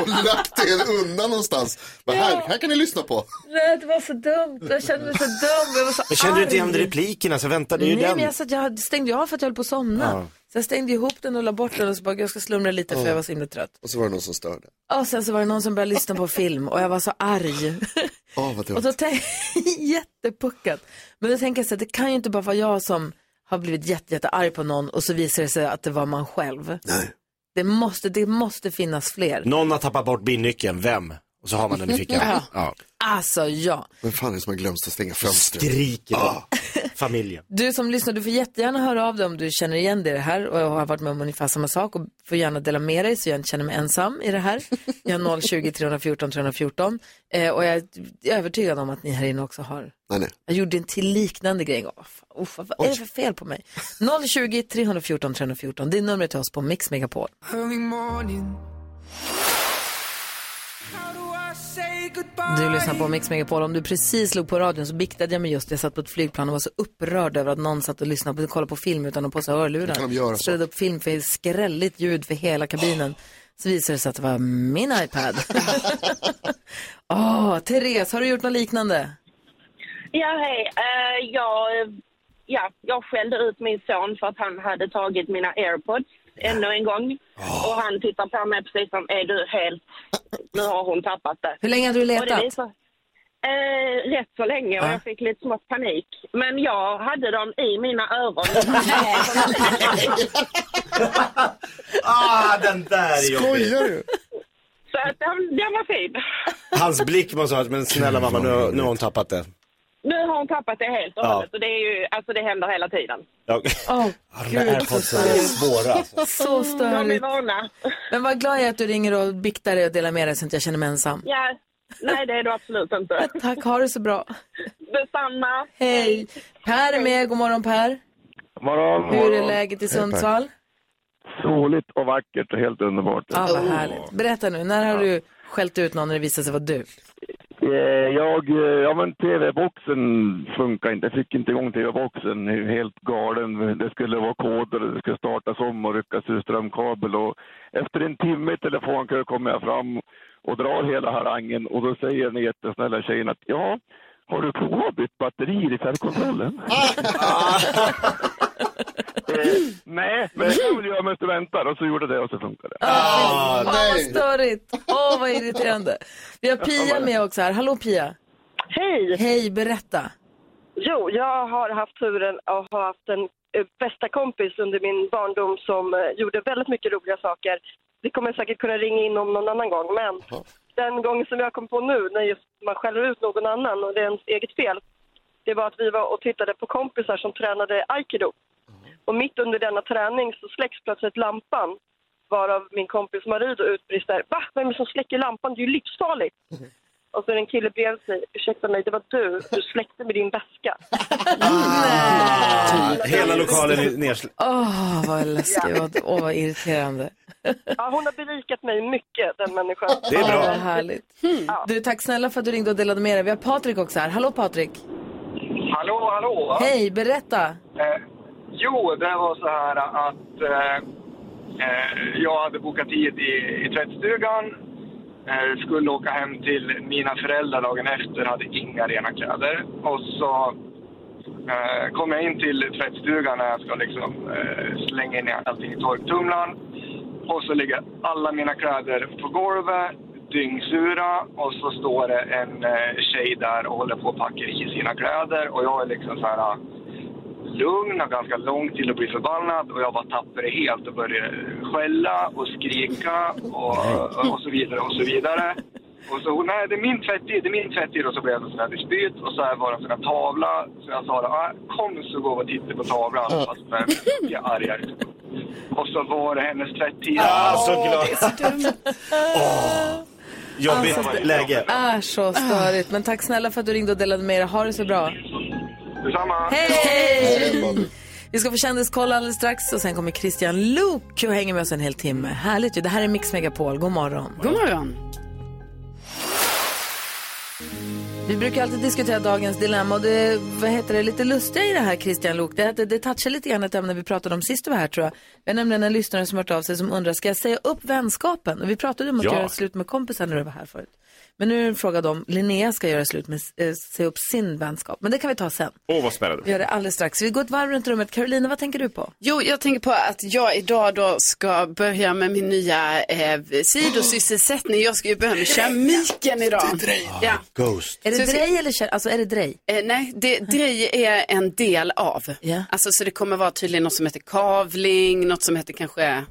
Speaker 4: och lagt det undan någonstans. Men här, här kan ni lyssna på.
Speaker 1: Nej, det var så dumt. Jag kände mig så dum. Jag var så
Speaker 2: Men kände du inte
Speaker 1: arg.
Speaker 2: igen replikerna så vänta, det är ju
Speaker 1: Nej,
Speaker 2: den.
Speaker 1: men jag, satt, jag stängde ju av för att jag höll på att somna.
Speaker 4: Ja.
Speaker 1: Så jag stängde ihop den och la bort den och så bara, jag ska slumra lite för jag var så himla trött.
Speaker 4: Och så var det någon som störde.
Speaker 1: Och sen så var det någon som började lyssna på film och jag var så arg.
Speaker 4: Åh, vad dumt.
Speaker 1: Och då tänkte jättepuckat. Men då tänker jag så här, det kan ju inte bara vara jag som har blivit jätte, jättearg på någon och så visar det sig att det var man själv.
Speaker 2: Nej.
Speaker 1: Det måste, det måste finnas fler.
Speaker 2: Någon har tappat bort bilnyckeln, vem? Och så har man den i fickan.
Speaker 1: Ja.
Speaker 2: Ja.
Speaker 1: Alltså ja.
Speaker 4: Men fan är det som har glömt att stänga fönstret?
Speaker 2: Skriker ah. familjen.
Speaker 1: Du som lyssnar, du får jättegärna höra av dig om du känner igen dig i det här och har varit med om ungefär samma sak och får gärna dela med dig så jag inte känner mig ensam i det här. Jag har 020 314 314 eh, och jag är övertygad om att ni här inne också har.
Speaker 4: Nej, nej.
Speaker 1: Jag gjorde en till liknande grej. Åh, fan, oh, fan, vad är det för fel på mig? 020 314 314, det är numret till oss på Mix Megapol. Du lyssnar på Mix Megapol. Om du precis slog på radion så biktade jag mig just. Jag satt på ett flygplan och var så upprörd över att någon satt och lyssnade på, kollade på film utan att ha på sig hörlurar.
Speaker 4: Kan de göra så?
Speaker 1: Spelade upp film för skrälligt ljud för hela kabinen. Så visade det sig att det var min iPad. Åh, Therese, har du gjort något liknande?
Speaker 11: Ja, hej. Eh, jag, eh, ja, jag skällde ut min son för att han hade tagit mina airpods ännu en gång. Och han tittar på mig precis som, är du helt... Nu har hon tappat det.
Speaker 1: Hur länge hade du
Speaker 11: Och det
Speaker 1: letat?
Speaker 11: visar- Eh, rätt så länge och
Speaker 1: Ja.
Speaker 11: jag fick lite smått panik. Men jag hade dem i mina öron.
Speaker 2: Ah, den där är jobbig.
Speaker 11: Skojar du? Så att den, den var fin.
Speaker 2: Hans blick måste ha varit, men snälla mamma, nu, nu har hon tappat det.
Speaker 11: Nu har hon tappat det helt och
Speaker 2: Ja.
Speaker 11: hållet och det är ju, alltså det händer hela tiden.
Speaker 2: Ja. Ja, de där airpodsen är svåra. alltså.
Speaker 1: Så
Speaker 11: De är
Speaker 1: störigt.
Speaker 11: vana.
Speaker 1: Men vad glad jag är att du ringer och biktar dig och delar med dig så att jag känner mig ensam.
Speaker 11: Ja. Nej, det är du absolut inte.
Speaker 1: Tack, ha det så bra.
Speaker 11: Detsamma.
Speaker 1: Hej! Per är med, god morgon Per.
Speaker 12: Morgon,
Speaker 1: Hur är
Speaker 12: morgon.
Speaker 1: läget i Sundsvall?
Speaker 12: Soligt och vackert och helt underbart.
Speaker 1: Ja, vad härligt. Berätta nu, när har du skällt ut någon när det visar sig vara du?
Speaker 12: Eh, Jag, eh, ja men tv-boxen funkar inte. Jag fick inte igång tv-boxen. Jag är Helt galen. Det skulle vara koder, det skulle startas om och ryckas ur strömkabel. Och efter en timme i telefonkö kommer jag fram och drar hela harangen och då säger den jättesnälla tjejen att ja, har du provat att byta batterier i fjärrkontrollen? eh, nej, men det kan väl göra medan du väntar. Och så gjorde det och så funkade det.
Speaker 1: Åh, vad störigt! Åh, vad irriterande. Vi har Pia med också här. Hallå Pia!
Speaker 13: Hej!
Speaker 1: Hej, berätta.
Speaker 13: Jo, jag har haft turen att ha haft en eh, bästa kompis under min barndom som eh, gjorde väldigt mycket roliga saker. Vi kommer säkert kunna ringa in om någon annan gång, men den gången som jag kom på nu när just man skäller ut någon annan och det är ens eget fel, det var att vi var och tittade på kompisar som tränade aikido. Och mitt under denna träning så släcks plötsligt lampan varav min kompis Marie då utbrister Va? Vem är det som släcker lampan? Det är ju livsfarligt! Och så är det en kille bredvid sig. Ursäkta mig, det var du. Du släckte med din väska.
Speaker 2: Ah, hela lokalen är nedsläckt.
Speaker 1: Åh, vad läskigt. Vad- Åh, vad irriterande.
Speaker 13: Ja, hon har berikat mig mycket, den människan. Mm.
Speaker 1: Det är bra. Vad härligt. Du, tack snälla för att du ringde och delade med dig. Vi har Patrik också här. Hallå Patrik!
Speaker 14: Hallå, hallå!
Speaker 1: Hej, berätta!
Speaker 14: Eh, jo, det var så här att eh, eh, jag hade bokat tid i, i tvättstugan. Eh, skulle åka hem till mina föräldrar dagen efter, hade inga rena kläder. Och så eh, kom jag in till tvättstugan när jag ska liksom, eh, slänga in allting i torktumlaren. Och så ligger alla mina kläder på golvet, dyngsura. Och så står det en eh, tjej där och håller på och packar i sina kläder. Och jag är liksom så här lugn, har ganska lång tid att bli förbannad och jag bara tappade det helt och började skälla och skrika och, och så vidare och så vidare. Och så hon, nej det är min tvättid, det är min tvättid och så blev det en sån här dispyt och så här var det en sån här tavla. Så jag sa det, ah, kom så går vi och tittar på tavlan fast med mycket argare. Och så var det hennes tvättid.
Speaker 2: Ah, så glad. Det är så Jobbigt
Speaker 1: Alltså, det-
Speaker 2: läge.
Speaker 1: är så störigt. Men tack snälla för att du ringde och delade med dig. Ha det så bra.
Speaker 14: Detsamma.
Speaker 1: Hej! Vi ska få kändiskoll alldeles strax och sen kommer Christian Luuk och hänger med oss en hel timme. Härligt ju. Det här är Mix Megapol. God morgon.
Speaker 3: God morgon.
Speaker 1: Vi brukar alltid diskutera dagens dilemma och det, vad heter det, lite lustiga i det här Christian Luuk, det, är att det, det touchar lite grann ett ämne vi pratade om sist du var här tror jag. Vi har nämligen en lyssnare som hört av sig som undrar, ska jag säga upp vänskapen? Och vi pratade om att
Speaker 15: Ja.
Speaker 1: göra slut med kompisar när du var här förut. Men nu är det en fråga om Linnea ska göra slut med, eh, säga upp sin vänskap. Men det kan vi ta sen.
Speaker 15: Åh, vad spännande.
Speaker 1: Vi gör det alldeles strax. Vi går ett varv runt rummet. Carolina, vad tänker du på?
Speaker 3: Jo, jag tänker på att jag idag då ska börja med min nya eh, sidosysselsättning. Jag ska ju börja med keramiken idag. Ja.
Speaker 2: Ghost.
Speaker 1: Är
Speaker 3: Så
Speaker 1: det
Speaker 3: jag ska-
Speaker 1: drej eller kär... Alltså är det drej?
Speaker 3: Eh, nej, det, drej är en del av. Alltså, så det kommer vara tydligen något som heter kavling, något som heter kanske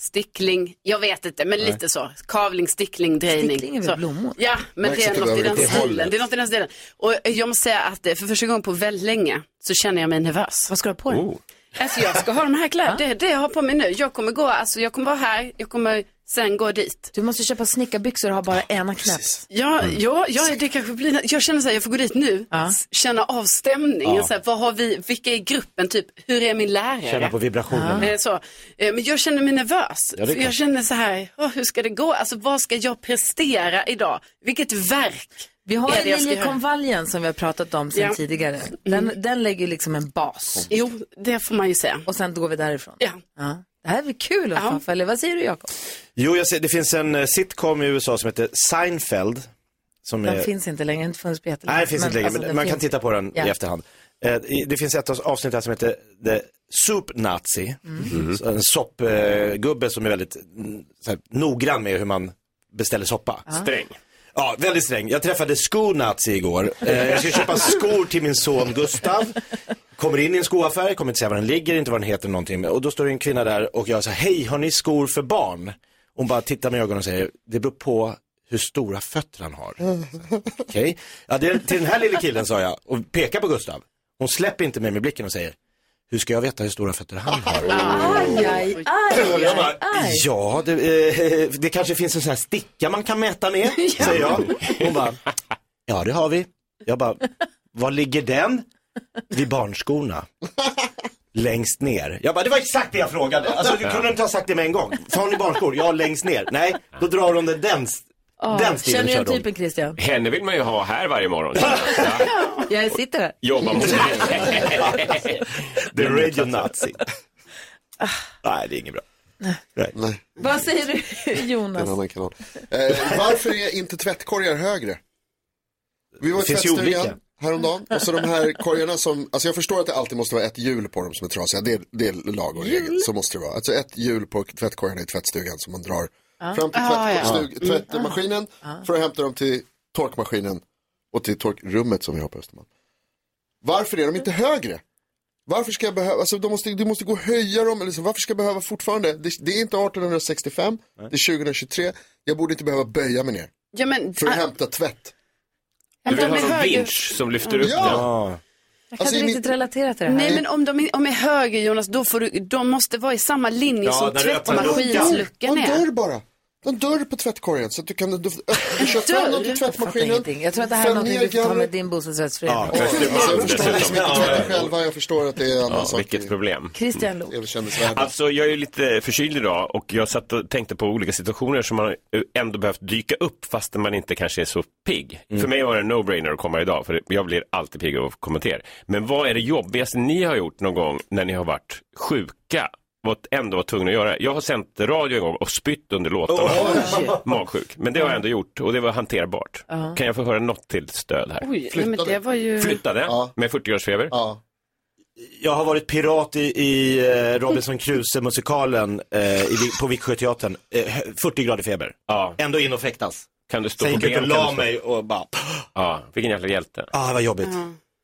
Speaker 3: stickling. Jag vet inte, men
Speaker 1: Nej.
Speaker 3: lite så. Kavling, stickling, drejning.
Speaker 1: Stickling är väl
Speaker 3: så.
Speaker 1: blommor?
Speaker 3: Ja, men
Speaker 1: Märks
Speaker 3: det
Speaker 1: att
Speaker 3: är,
Speaker 1: det
Speaker 3: något i
Speaker 1: behöver
Speaker 3: den
Speaker 1: det
Speaker 3: stilen.
Speaker 1: hållet.
Speaker 3: det är något i den stilen. Och eh, jag måste säga att eh, för första gången på väldigt länge så känner jag mig nervös.
Speaker 1: Vad ska du ha på dig?
Speaker 3: Alltså jag ska ha de här kläderna, det är det jag har på mig nu. Jag kommer gå, alltså jag kommer vara här, jag kommer sen gå dit.
Speaker 1: Du måste köpa snickarbyxor och ha bara ena knäpp.
Speaker 3: Ja,
Speaker 1: Mm.
Speaker 3: ja, ja det kanske blir, jag känner så här, jag får gå dit nu, s- känna av stämningen,
Speaker 1: Ja.
Speaker 3: så här, vad har vi, vilka är i gruppen, typ, hur är min lärare?
Speaker 2: Känna på vibrationerna.
Speaker 3: Eh, Så. Eh, Men jag känner mig nervös,
Speaker 2: Ja, det är
Speaker 3: för
Speaker 2: klart.
Speaker 3: jag känner så här, åh, hur ska det gå, alltså vad ska jag prestera idag, vilket verk
Speaker 1: Vi har
Speaker 3: är det
Speaker 1: ju
Speaker 3: jag ska göra?
Speaker 1: liljekonvaljen som vi har pratat om sen
Speaker 3: Ja.
Speaker 1: tidigare. Den, den lägger ju liksom en bas.
Speaker 3: Jo, det får man ju säga.
Speaker 1: Och sen då går vi därifrån.
Speaker 3: Ja.
Speaker 1: Ja, Det här är väl kul att ja. följa. Vad säger du Jakob?
Speaker 2: Jo, jag ser, det finns en eh, sitcom i USA som heter Seinfeld. Som
Speaker 1: Den
Speaker 2: är...
Speaker 1: finns inte längre, inte funnits på jättelänge.
Speaker 2: Nej, det finns inte längre,
Speaker 1: alltså,
Speaker 2: men
Speaker 1: den
Speaker 2: man kan
Speaker 1: finns.
Speaker 2: titta på den
Speaker 1: Ja.
Speaker 2: i efterhand. Eh, i- Det finns ett avsnitt här som heter The Soup Nazi. Så En soppgubbe som är väldigt mm, så här, noggrann med hur man beställer soppa.
Speaker 15: Sträng.
Speaker 2: Ja, väldigt sträng. Jag träffade Sko-Nazi igår. Eh, Jag ska köpa skor till min son Gustav. Kommer in i en skoaffär, kommer inte säga var den ligger, inte vad den heter någonting. Och då står det en kvinna där och jag sa, hej har ni skor för barn? Hon bara tittar mig i ögonen och säger, det beror på hur stora fötter han har. Okej, ja, det är till den här lille killen sa jag och pekar på Gustav. Hon släpper inte mig med blicken och säger, hur ska jag veta hur stora fötter han har?
Speaker 1: Aj, aj,
Speaker 2: Och
Speaker 1: aj,
Speaker 2: jag bara,
Speaker 1: aj, aj.
Speaker 2: ja, det, eh, det kanske finns en sån här sticka man kan mäta med, säger jag. Hon bara, ja det har vi. Jag bara, var ligger den? Vid barnskorna. Längst ner. Jag bara, det var exakt det jag frågade. Alltså du kunde inte ha sagt det med en gång. För har ni barnskor? Ja, längst ner. Nej, då drar hon den, den,
Speaker 1: Ja.
Speaker 2: den
Speaker 1: Känner
Speaker 2: stilen
Speaker 1: du
Speaker 2: kör
Speaker 1: den
Speaker 2: de.
Speaker 1: typen Christian?
Speaker 15: Henne vill man ju ha här varje morgon.
Speaker 1: Jag sitter här.
Speaker 15: Jobba mot
Speaker 2: The Radio Nazi. Nej, det är inget bra.
Speaker 4: Nej.
Speaker 1: Vad säger du
Speaker 4: Det är en
Speaker 1: Jonas?
Speaker 4: annan kanal. Eh, varför är inte tvättkorgar högre? Vi var i
Speaker 2: Det finns ju olika.
Speaker 4: tvättstugan häromdagen och så de här korgarna som, alltså jag förstår att det alltid måste vara ett hjul på dem som är trasiga, det är, det är lag och regel, så måste det vara. Alltså ett hjul på tvättkorgarna i tvättstugan som man drar
Speaker 12: Ja.
Speaker 4: fram till
Speaker 12: Ah,
Speaker 4: tvätt,
Speaker 12: ja.
Speaker 4: stug,
Speaker 12: Mm.
Speaker 4: tvättmaskinen för att hämta dem till torkmaskinen och till torkrummet som vi har på Östermalm. Varför är de inte högre? Varför ska jag behöva, alltså de måste, du måste gå och höja dem, eller så, varför ska jag behöva fortfarande, det, det är inte 1865, det är 2023, jag borde inte behöva böja mig ner
Speaker 3: Ja, men,
Speaker 4: för att hämta tvätt.
Speaker 3: Ja, men Du vill de ha är någon högre. vinsch
Speaker 15: som
Speaker 3: lyfter upp
Speaker 4: ja.
Speaker 15: den.
Speaker 1: Jag kan
Speaker 3: Alltså,
Speaker 1: inte
Speaker 3: i
Speaker 1: riktigt
Speaker 3: mitt-
Speaker 1: relatera till det här.
Speaker 3: Nej, men om de, om de är höger Jonas, då får du, de måste vara i samma linje
Speaker 4: Ja,
Speaker 3: som
Speaker 4: där du öppnar
Speaker 3: tvättmaskinsluckan
Speaker 4: En
Speaker 3: är.
Speaker 4: dörr bara. En dörr på tvättkorgen så att du kan... Du, du kör fram dem till
Speaker 1: fattar
Speaker 4: tvättmaskinen.
Speaker 1: ingenting. Jag tror att det här är
Speaker 4: fäll
Speaker 1: någonting
Speaker 4: ner
Speaker 1: du får ta
Speaker 4: gamla-
Speaker 1: med din bostadsrättsförening.
Speaker 4: Ja, jag förstår liksom inte tvätten själva, jag förstår att det är en annan
Speaker 15: Ja,
Speaker 4: sak. Mm.
Speaker 15: vilket problem.
Speaker 1: Christian Lok.
Speaker 15: Alltså jag är ju lite förkyld idag och jag satt och tänkte på olika situationer som man ändå behövt dyka upp fastän man inte kanske är så pigg.
Speaker 3: Mm.
Speaker 15: För mig var det en no-brainer att komma idag för jag blir alltid pigg av att kommentera. Men vad är det jobbigaste ni har gjort någon gång när ni har varit sjuka? Vad ändå var tvungna att göra. Jag har sänt radio en gång och spytt under låtarna. Magsjuk. Men det har jag ändå gjort och det var hanterbart.
Speaker 3: Ja.
Speaker 15: Kan jag få höra något till stöd här?
Speaker 3: Oj, nej, men det var ju...
Speaker 15: Flyttade med 40-årsfeber.
Speaker 2: Jag har varit pirat i, i eh, Robinson Crusoe-musikalen eh, i Vi- på Viksjöteatern. Eh, hö- 40 grader feber. Ändå in och fäktas.
Speaker 15: Kan du stå
Speaker 2: Sen
Speaker 15: på
Speaker 2: gick jag
Speaker 15: ben?
Speaker 2: ut och la
Speaker 15: Kan du stå-
Speaker 2: mig och bara...
Speaker 15: Ja, vilken jävla hjälte.
Speaker 2: Ja, det var jobbigt.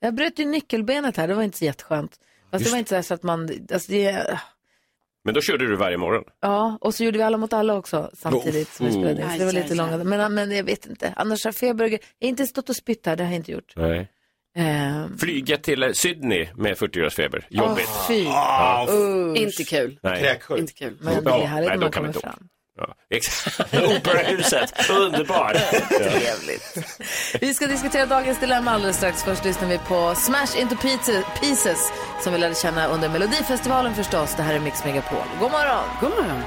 Speaker 1: Jag bröt ju nyckelbenet här, det var inte så jätteskönt. Fast det
Speaker 15: Just-
Speaker 1: var inte så, här så att man, alltså det,
Speaker 15: Men då körde du varje morgon.
Speaker 1: ja, och så gjorde vi alla mot alla också samtidigt som vi
Speaker 15: Oh.
Speaker 1: spelade in. Så det var
Speaker 3: Aj,
Speaker 1: lite
Speaker 3: aj,
Speaker 1: långa, men, men jag vet inte. Annars har feberger, jag har inte stått och spytt här, det har jag inte gjort.
Speaker 15: Nej.
Speaker 1: Eh,
Speaker 15: Flyga till eh, Sydney med 40-årsfeber. Jobbigt.
Speaker 1: Åh, fy.
Speaker 2: Ah,
Speaker 15: Ja.
Speaker 1: Usch.
Speaker 3: Inte kul.
Speaker 15: Ah, Nej.
Speaker 3: Inte kul.
Speaker 1: Men det är härligt när man kommer fram.
Speaker 15: Ja, exakt. Operahuset, underbart.
Speaker 1: Trevligt. Vi ska diskutera dagens dilemma alldeles strax. Först lyssnar vi på Smash Into Pieces, Pieces som vi lärde känna under Melodifestivalen förstås. Det här är Mix Megapol. God morgon!
Speaker 3: God morgon!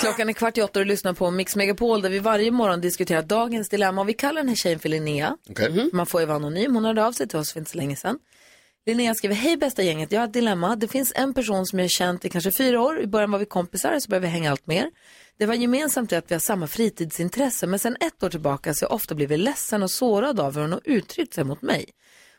Speaker 1: Klockan är kvart i åtta och du lyssnar på Mix Megapol där vi varje morgon diskuterar dagens dilemma. Och vi kallar den här tjejen för Linnea. Mm.
Speaker 4: Okej.
Speaker 1: Man får ju vara anonym. Hon hörde av sig till oss för inte så länge sedan. Linnea skriver, hej bästa gänget, jag har ett dilemma. Det finns en person som jag har känt i kanske fyra år. I början var vi kompisar, så började vi hänga allt mer. Det var gemensamt i att vi har samma fritidsintresse, men sen ett år tillbaka så har jag ofta blivit ledsen och sårad av hur hon har uttryckt sig mot mig.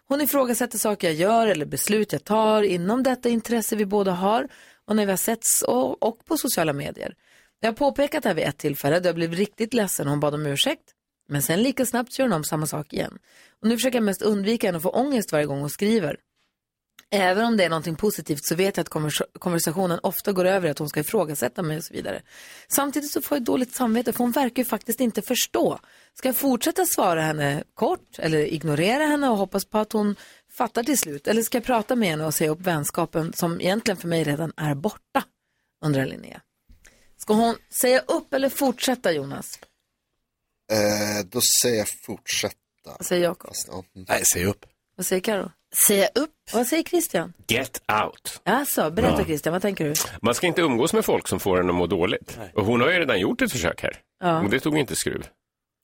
Speaker 1: Hon ifrågasätter saker jag gör eller beslut jag tar inom detta intresse vi båda har och när vi har setts och, och på sociala medier. Jag har påpekat det här vid ett tillfälle då jag blev riktigt ledsen och hon bad om ursäkt. Men sen lika snabbt så gör hon om samma sak igen. Och nu försöker jag mest undvika henne och få ångest varje gång hon skriver. Även om det är någonting positivt så vet jag att konvers- konversationen ofta går över i att hon ska ifrågasätta mig och så vidare. Samtidigt så får jag dåligt samvete för hon verkar ju faktiskt inte förstå. Ska jag fortsätta svara henne kort eller ignorera henne och hoppas på att hon fattar till slut? Eller ska jag prata med henne och säga upp vänskapen som egentligen för mig redan är borta? Undrar Linnea. Ska hon säga upp eller fortsätta Jonas?
Speaker 4: Eh, då säger jag fortsätt.
Speaker 1: Vad säger Jakob?
Speaker 2: Nej, säg upp.
Speaker 1: Vad säger Karo?
Speaker 3: Säga upp.
Speaker 1: Vad säger Christian?
Speaker 15: Get out.
Speaker 1: Alltså, berätta
Speaker 15: Ja.
Speaker 1: Christian, vad tänker du?
Speaker 15: Man ska inte umgås med folk som får en att må dåligt. Och hon har ju redan gjort ett försök här.
Speaker 1: Ja.
Speaker 15: Och det tog inte skruv.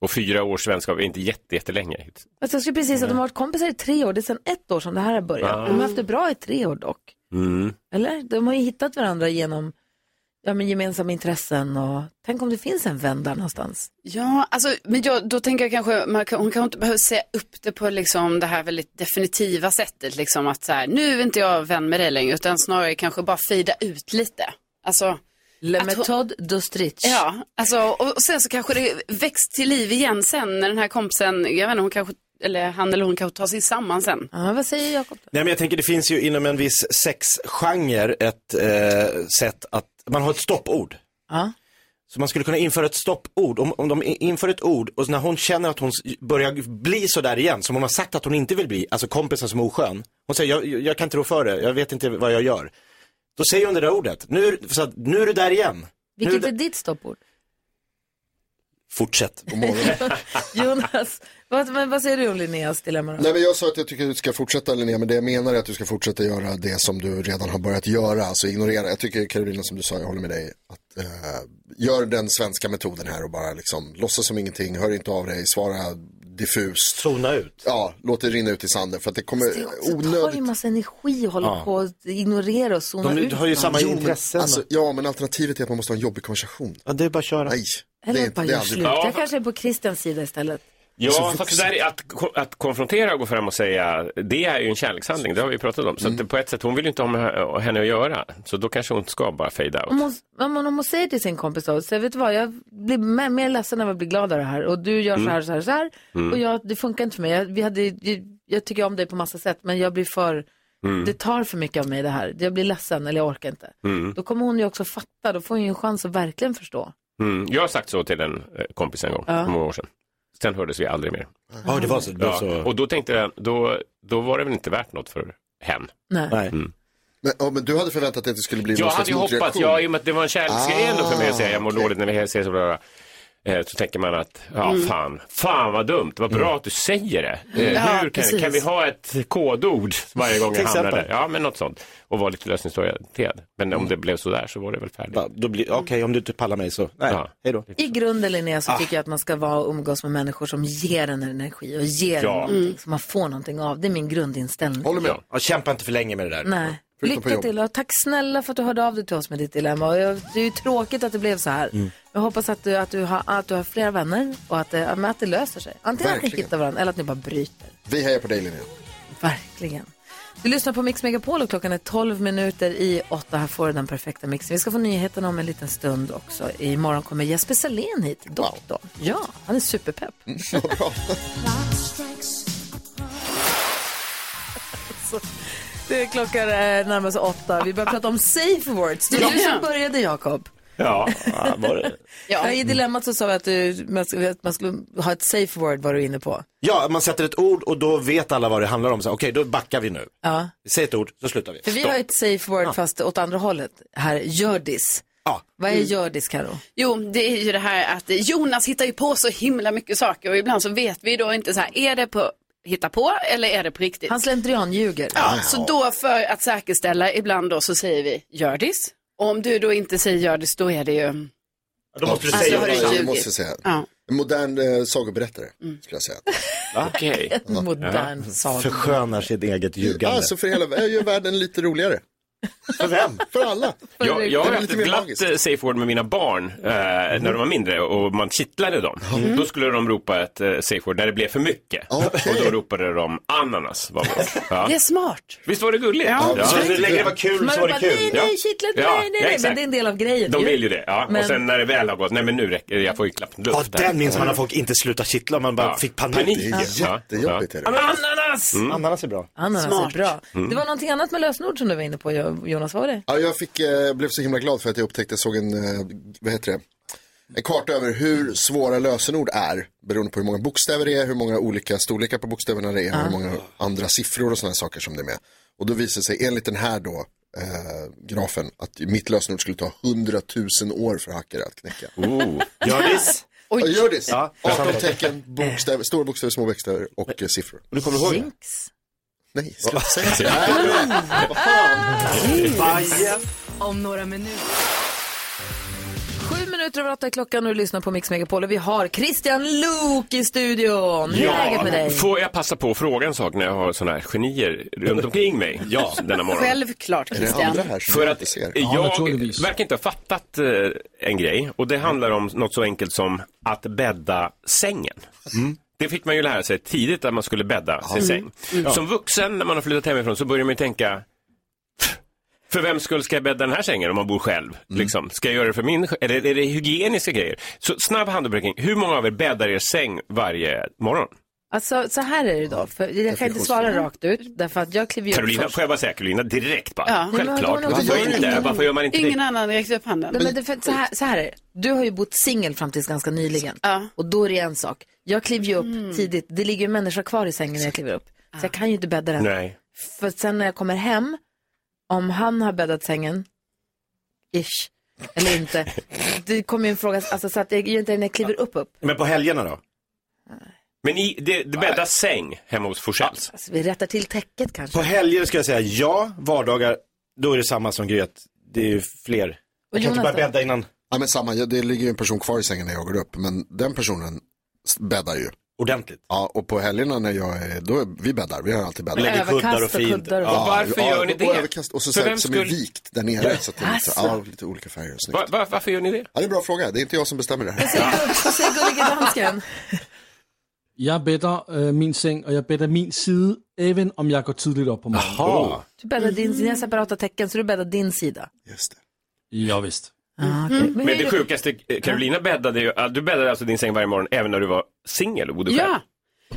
Speaker 15: Och fyra års vänskap är inte jätte, jättelänge.
Speaker 1: Alltså, jag skulle precis säga att de har varit kompisar i tre år. Det är sedan ett år som det här har börjat.
Speaker 15: Ja.
Speaker 1: De har haft det bra i tre år dock.
Speaker 15: Mm.
Speaker 1: Eller? De har ju hittat varandra genom ja, men gemensamma intressen och tänk om det finns en vän där någonstans.
Speaker 3: Ja, alltså, men jag, då tänker jag kanske, man kan, hon kanske inte behöver säga upp det på liksom det här väldigt definitiva sättet, liksom att så här, nu är inte jag vän med dig längre, utan snarare kanske bara fejda ut lite. Alltså,
Speaker 1: Le méthode d'Austrich.
Speaker 3: Ja, alltså, och och sen så kanske det väcks till liv igen sen när den här kompisen, jag vet inte, hon kanske, eller han eller hon kanske tar sig samman sen.
Speaker 1: Ja, vad säger Jakob?
Speaker 2: Nej, men jag tänker det finns ju inom en viss sexgenre ett eh, sätt att, man har ett stoppord.
Speaker 1: Ja.
Speaker 2: Så man skulle kunna införa ett stoppord, om, om de i- inför ett ord och när hon känner att hon s- börjar bli sådär igen, som hon har sagt att hon inte vill bli, alltså kompisen som är oskön. Hon säger, jag, jag kan inte rå för det, jag vet inte vad jag gör. Då säger hon det där ordet, nu, är- så att, nu är du där igen. nu är
Speaker 1: Vilket
Speaker 2: du,
Speaker 1: är ditt stoppord?
Speaker 2: Fortsätt.
Speaker 1: Jonas, vad, men, vad säger du om Linneas dilemma då?
Speaker 4: Nej men jag sa att jag tycker att du ska fortsätta Linnea, men det jag menar är att du ska fortsätta göra det som du redan har börjat göra, alltså ignorera. Jag tycker Carolina som du sa, jag håller med dig, att eh, gör den svenska metoden här och bara liksom låtsas som ingenting, hör inte av dig, svara diffust.
Speaker 2: Zona ut.
Speaker 4: Ja, låt det rinna ut i sanden för att det kommer
Speaker 1: Det
Speaker 4: onödigt
Speaker 1: tar ju en massa energi och håller
Speaker 4: Ja.
Speaker 1: på att ignorera och zona ut. någon.
Speaker 4: Jo, men Alltså, ja, men alternativet är att man måste ha en jobbig konversation.
Speaker 2: Ja, det är bara att köra.
Speaker 4: Nej,
Speaker 1: Eller
Speaker 4: det,
Speaker 1: bara
Speaker 4: det är
Speaker 1: gör
Speaker 4: aldrig
Speaker 1: slut.
Speaker 4: bra.
Speaker 1: Jag kanske är på Christians sida istället.
Speaker 15: Ja,
Speaker 4: Alltså,
Speaker 15: fast det där är att, att konfrontera och gå fram och säga, det är ju en kärlekshandling, det har vi ju pratat om. Så
Speaker 4: Mm.
Speaker 15: att på ett sätt, hon vill ju inte ha med henne att göra. Så då kanske hon ska bara fejda
Speaker 1: Om
Speaker 15: out.
Speaker 1: hon, om, hon, om hon säger till sin kompis då, säger, vet du vad, jag blir mer, mer ledsen än vad jag blir glad av det här. Och du gör så här
Speaker 15: Mm.
Speaker 1: och så här och så här.
Speaker 15: Mm.
Speaker 1: Och jag, det funkar inte för mig. Jag, vi hade, jag, jag tycker om dig på massa sätt, men jag blir för,
Speaker 15: Mm.
Speaker 1: det tar för mycket av mig det här. Jag blir ledsen eller jag orkar inte.
Speaker 15: Mm.
Speaker 1: Då kommer hon ju också fatta, då får hon ju en chans att verkligen förstå.
Speaker 15: Mm. Jag har sagt så till en eh, kompis en gång,
Speaker 1: Ja.
Speaker 15: för många år sedan. Sen hördes vi aldrig mer.
Speaker 2: Ja, det var så- det var så-
Speaker 15: Och då tänkte jag, då, då var det väl inte värt något för hen.
Speaker 1: Nej.
Speaker 15: Mm.
Speaker 4: Men, ja, men du hade förväntat dig att det skulle bli
Speaker 15: Jag
Speaker 4: någon
Speaker 15: hade
Speaker 4: slags
Speaker 15: ju hoppats,
Speaker 4: motreaktion. Ah,
Speaker 15: ja, i och med att det var en kärleksgrej ändå för mig att säga jag mår dåligt när vi ses och bla, bla, bla. Eh, Så tänker man att, ja
Speaker 4: Mm.
Speaker 15: fan, fan vad dumt, vad bra att du säger det. Eh,
Speaker 2: Ja,
Speaker 15: Hur kan,
Speaker 2: precis.
Speaker 15: kan vi ha ett kodord varje gång
Speaker 2: Till
Speaker 15: jag hamnar
Speaker 2: exempel. Mm.
Speaker 15: där? Ja, men något sånt. Och vara lite lösningsorienterad. Men om det blev sådär så var det väl färdigt.
Speaker 2: Okej, om du inte pallar mig så, nej, hej då.
Speaker 1: I grunden Linnea så
Speaker 2: Ah.
Speaker 1: tycker jag att man ska vara och umgås med människor som ger en energi och ger
Speaker 2: Ja.
Speaker 1: en någonting
Speaker 2: Mm.
Speaker 1: som man får någonting av. Det är min grundinställning.
Speaker 2: Ja, och kämpa inte för länge med det där.
Speaker 1: Nej. Lycka till och tack snälla för att du hörde av dig till oss med ditt dilemma. Och jag, det är ju tråkigt att det blev så här.
Speaker 2: Mm.
Speaker 1: Jag hoppas att du, att, du har, att du har flera vänner och att, det- men att det löser sig. Antingen att ni
Speaker 4: Verkligen.
Speaker 1: hittar varandra eller att ni bara bryter.
Speaker 4: Vi hejar på dig Linnea.
Speaker 1: Verkligen. Du lyssnar på Mix Megapol och klockan är 12 minuter i 8. Här får du den perfekta mixen. Vi ska få nyheterna om en liten stund också. Imorgon kommer Jesper Salén hit, doktorn. Ja, han är superpepp. Det är klockan är närmast åtta. Vi börjar prata om safe words. Det var du som började, Jakob.
Speaker 15: Ja, var det?
Speaker 1: Ja. I dilemmat så sa vi att, du, man, skulle- att man skulle ha ett safe word var du inne på.
Speaker 2: Ja, man sätter ett ord och då vet alla vad det handlar om. Så, Okej, då backar vi nu.
Speaker 1: Ja.
Speaker 2: Säg ett ord, så slutar vi.
Speaker 1: För vi har ett safe word fast åt andra hållet. Här, gördis.
Speaker 2: Ja.
Speaker 1: Vad är
Speaker 3: Mm.
Speaker 1: gördis, Karo?
Speaker 3: Jo, det är ju det här att Jonas hittar ju på så himla mycket saker och ibland så vet vi då inte så här, är det på hitta på eller är det på riktigt?
Speaker 1: Han slentrianljuger.
Speaker 3: Ja, så då för att säkerställa ibland då så säger vi gördis. Och om du då inte säger gördis då är det ju... Alltså,
Speaker 2: Då måste
Speaker 3: du säga det.
Speaker 4: det. måste Alltså, jag säga.
Speaker 3: Ja.
Speaker 4: En modern eh, sagoberättare, skulle jag säga.
Speaker 15: Okej.
Speaker 4: Ja.
Speaker 1: Modern saga.
Speaker 2: Förskönar sitt eget ljugande.
Speaker 4: Alltså för hela, jag gör världen lite roligare.
Speaker 2: För vem?
Speaker 4: För alla.
Speaker 15: Jag, jag har
Speaker 4: Det är
Speaker 15: haft
Speaker 4: lite
Speaker 15: ett
Speaker 4: mer
Speaker 15: glatt eh, safe word med mina barn eh, när de var mindre och man kittlade dem. Då skulle de ropa ett eh, safe word när det blev för mycket. Och då ropade de ananas. Var vårt. ja.
Speaker 3: Det är smart.
Speaker 15: Visst var det gulligt?
Speaker 3: Ja.
Speaker 15: Ja.
Speaker 3: Så länge det var
Speaker 1: Man bara, nej, nej, kittlar,
Speaker 15: Ja,
Speaker 1: nej, nej,
Speaker 15: ja,
Speaker 1: nej. Men
Speaker 15: exakt.
Speaker 1: det är en del av grejen.
Speaker 15: De
Speaker 1: ju.
Speaker 15: vill ju det. Ja.
Speaker 1: Men-
Speaker 15: Och sen när det väl har gått, nej men nu räcker det, jag får ju knappt
Speaker 2: Ja,
Speaker 15: luft.
Speaker 2: den minns man när folk inte slutar kittla, man bara fick panik.
Speaker 15: Det är Ja. jättejobbigt, är det.
Speaker 2: Ananas!
Speaker 15: Mm.
Speaker 2: Ananas är bra.
Speaker 1: Ananas
Speaker 4: Smart.
Speaker 1: är bra.
Speaker 4: Mm.
Speaker 1: Det var någonting annat med lösenord som du var inne på, Jo- Jonas. Vad var det?
Speaker 4: Ja, jag fick, eh, blev så himla glad för att jag upptäckte, såg en, eh, vad heter det, en karta över hur svåra lösenord är beroende på hur många bokstäver det är, hur många olika storlekar på bokstäverna det är, hur många andra siffror och sådana saker som det är med. Och då visar det sig, enligt den här då, eh, grafen, att mitt lösenord skulle ta 100 000 år för hackare att knäcka.
Speaker 15: Oh.
Speaker 2: Gördis.
Speaker 4: Ja, Gördis.
Speaker 2: Ja,
Speaker 4: 18 tecken, bokstäver, stora bokstäver, små bokstäver och eh, siffror.
Speaker 2: Du
Speaker 1: kommer ihåg det? Jinx.
Speaker 4: Nej, ska jag säga så?
Speaker 7: Om några minuter.
Speaker 1: Sju minuter över åtta är klockan och du lyssnar på Mix Megapol och vi har Christian Luuk i studion. Hur är läget med dig?
Speaker 15: får jag passa på att fråga en sak när jag har sådana här genier runt omkring mig ja. denna morgon?
Speaker 3: Självklart, Christian.
Speaker 15: För att jag verkar inte ha fattat eh, en grej och det handlar om något så enkelt som att bädda sängen. Det fick man ju lära sig tidigt att man skulle bädda sin
Speaker 16: Mm.
Speaker 15: säng.
Speaker 16: Mm.
Speaker 15: Som vuxen när man har flyttat hemifrån så börjar man ju tänka för vem skull ska jag bädda den här sängen om man bor själv?
Speaker 16: Mm.
Speaker 15: Liksom. Ska jag göra det för min Eller är det hygieniska grejer? Så snabb handuppräckning. Hur många av er bäddar er säng varje morgon?
Speaker 1: Alltså, så här är det då. För jag kan inte svara rakt ut därför att jag kliver ju upp
Speaker 15: Carolina,
Speaker 1: först.
Speaker 15: får jag bara säga Carolina direkt bara?
Speaker 1: Ja. Nej,
Speaker 15: Självklart.
Speaker 1: men-
Speaker 15: Varför, inte? Varför gör man inte det?
Speaker 3: Ingen annan räckte upp handen.
Speaker 1: Nej, men det, för, så, här, så här är det. Du har ju bott singel fram tills ganska nyligen. Och då är det en sak. Jag kliver ju upp
Speaker 3: Mm.
Speaker 1: tidigt. Det ligger ju en människa kvar i sängen när jag kliver upp. Så jag kan ju inte bädda den.
Speaker 15: Nej.
Speaker 1: För att sen när jag kommer hem, om han har bäddat sängen, ish, eller inte. Det kommer ju en fråga, alltså så att jag gör inte det när jag kliver upp upp.
Speaker 2: Men på helgerna då?
Speaker 15: Men i, det, det bäddas säng hemma hos Forssells.
Speaker 1: Så vi rättar till täcket kanske.
Speaker 2: På helger ska jag säga ja, vardagar, då är det samma som Gry, att det är ju fler. Jag kan inte bara
Speaker 1: Jonas då?
Speaker 2: bädda innan.
Speaker 4: Ja, men samma, Ja, det ligger ju en person kvar i sängen när jag går upp, men den personen s- bäddar ju.
Speaker 2: Ordentligt.
Speaker 4: Ja, och på helgerna när jag är, då är, vi bäddar, vi har alltid bäddat.
Speaker 15: Lägger Överkast kuddar och och fint. kuddar och-
Speaker 4: Ja,
Speaker 15: Varför
Speaker 4: ja,
Speaker 15: gör ni
Speaker 4: och-
Speaker 15: det?
Speaker 4: Och överkast, och så,
Speaker 15: För
Speaker 4: så här,
Speaker 15: vem
Speaker 4: som är
Speaker 15: skulle-
Speaker 4: vikt där nere. Så att det är
Speaker 15: Alltså.
Speaker 4: lite, ja, lite olika färger och snyggt.
Speaker 15: Va- va- varför gör ni det?
Speaker 4: Ja, det är en bra fråga, det är inte jag som bestämmer det här.
Speaker 1: Vad säger gullige dansken?
Speaker 5: Jeg bætter øh, min seng, og jeg bætter min side, even om jeg går tidligt op på morgenen.
Speaker 1: Aha. Du bäddar din,
Speaker 3: Mm.
Speaker 1: dina separata tecken så du bäddar din sida.
Speaker 5: Ja, visst.
Speaker 15: Men det sjukaste, eh, Carolina bäddade ju, ah, du bäddade alltså din säng varje morgon även när du var singel och bodde själv.
Speaker 3: Ja,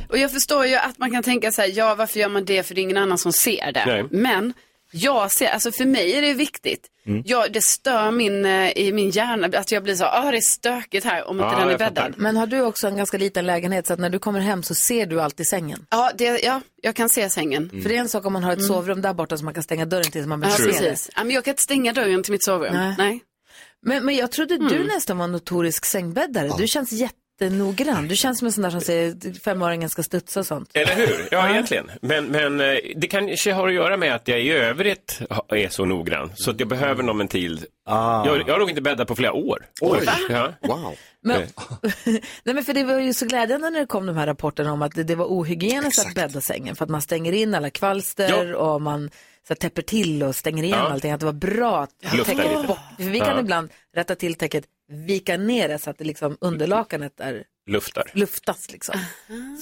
Speaker 3: och jag förstår ju att man kan tänka så här, ja varför gör man det för det är ingen annan som ser det.
Speaker 15: Nej.
Speaker 3: Men jag ser, alltså för mig är det viktigt.
Speaker 15: Mm.
Speaker 3: Jag, det stör min, eh, i min hjärna, att jag blir så, ah det är stökigt här om inte
Speaker 15: Ah,
Speaker 3: den är bäddad.
Speaker 1: Men har du också en ganska liten lägenhet så att när du kommer hem så ser du alltid sängen?
Speaker 3: Ja, det, ja, jag kan se sängen.
Speaker 1: Mm.
Speaker 3: Mm.
Speaker 1: För det är en sak om man har ett sovrum där borta som man kan stänga dörren till så man
Speaker 3: Ja,
Speaker 1: behöver se det.
Speaker 3: precis. Ja, men jag kan inte stänga dörren till mitt sovrum.
Speaker 1: Nej.
Speaker 3: Nej.
Speaker 1: Men, men jag trodde du
Speaker 3: Mm.
Speaker 1: nästan var en notorisk sängbäddare. Du känns jättenoggrann. Du känns som en sån där som säger att femåringen ska studsa och sånt.
Speaker 15: Eller hur? Ja, egentligen. Men, men eh, det kanske har att göra med att jag i övrigt ha- är så noggrann. Så att jag behöver någon ventil. Jag, jag har nog inte bäddat på flera år.
Speaker 1: Oj.
Speaker 15: Ja. Eh,
Speaker 4: Wow.
Speaker 1: Men- Nej men för det var ju så glädjande när det kom de här rapporterna om att det, det var ohygieniskt att bädda sängen för att man stänger in alla kvalster och man så här, täpper till och stänger igen
Speaker 3: Ja.
Speaker 1: allting. Att det var bra att
Speaker 3: Lufta
Speaker 1: täcket är
Speaker 3: lite.
Speaker 1: bort. För vi kan
Speaker 3: Ja.
Speaker 1: ibland rätta till täcket, vika ner det så att det liksom underlakanet är,
Speaker 15: Luftar.
Speaker 1: luftas liksom.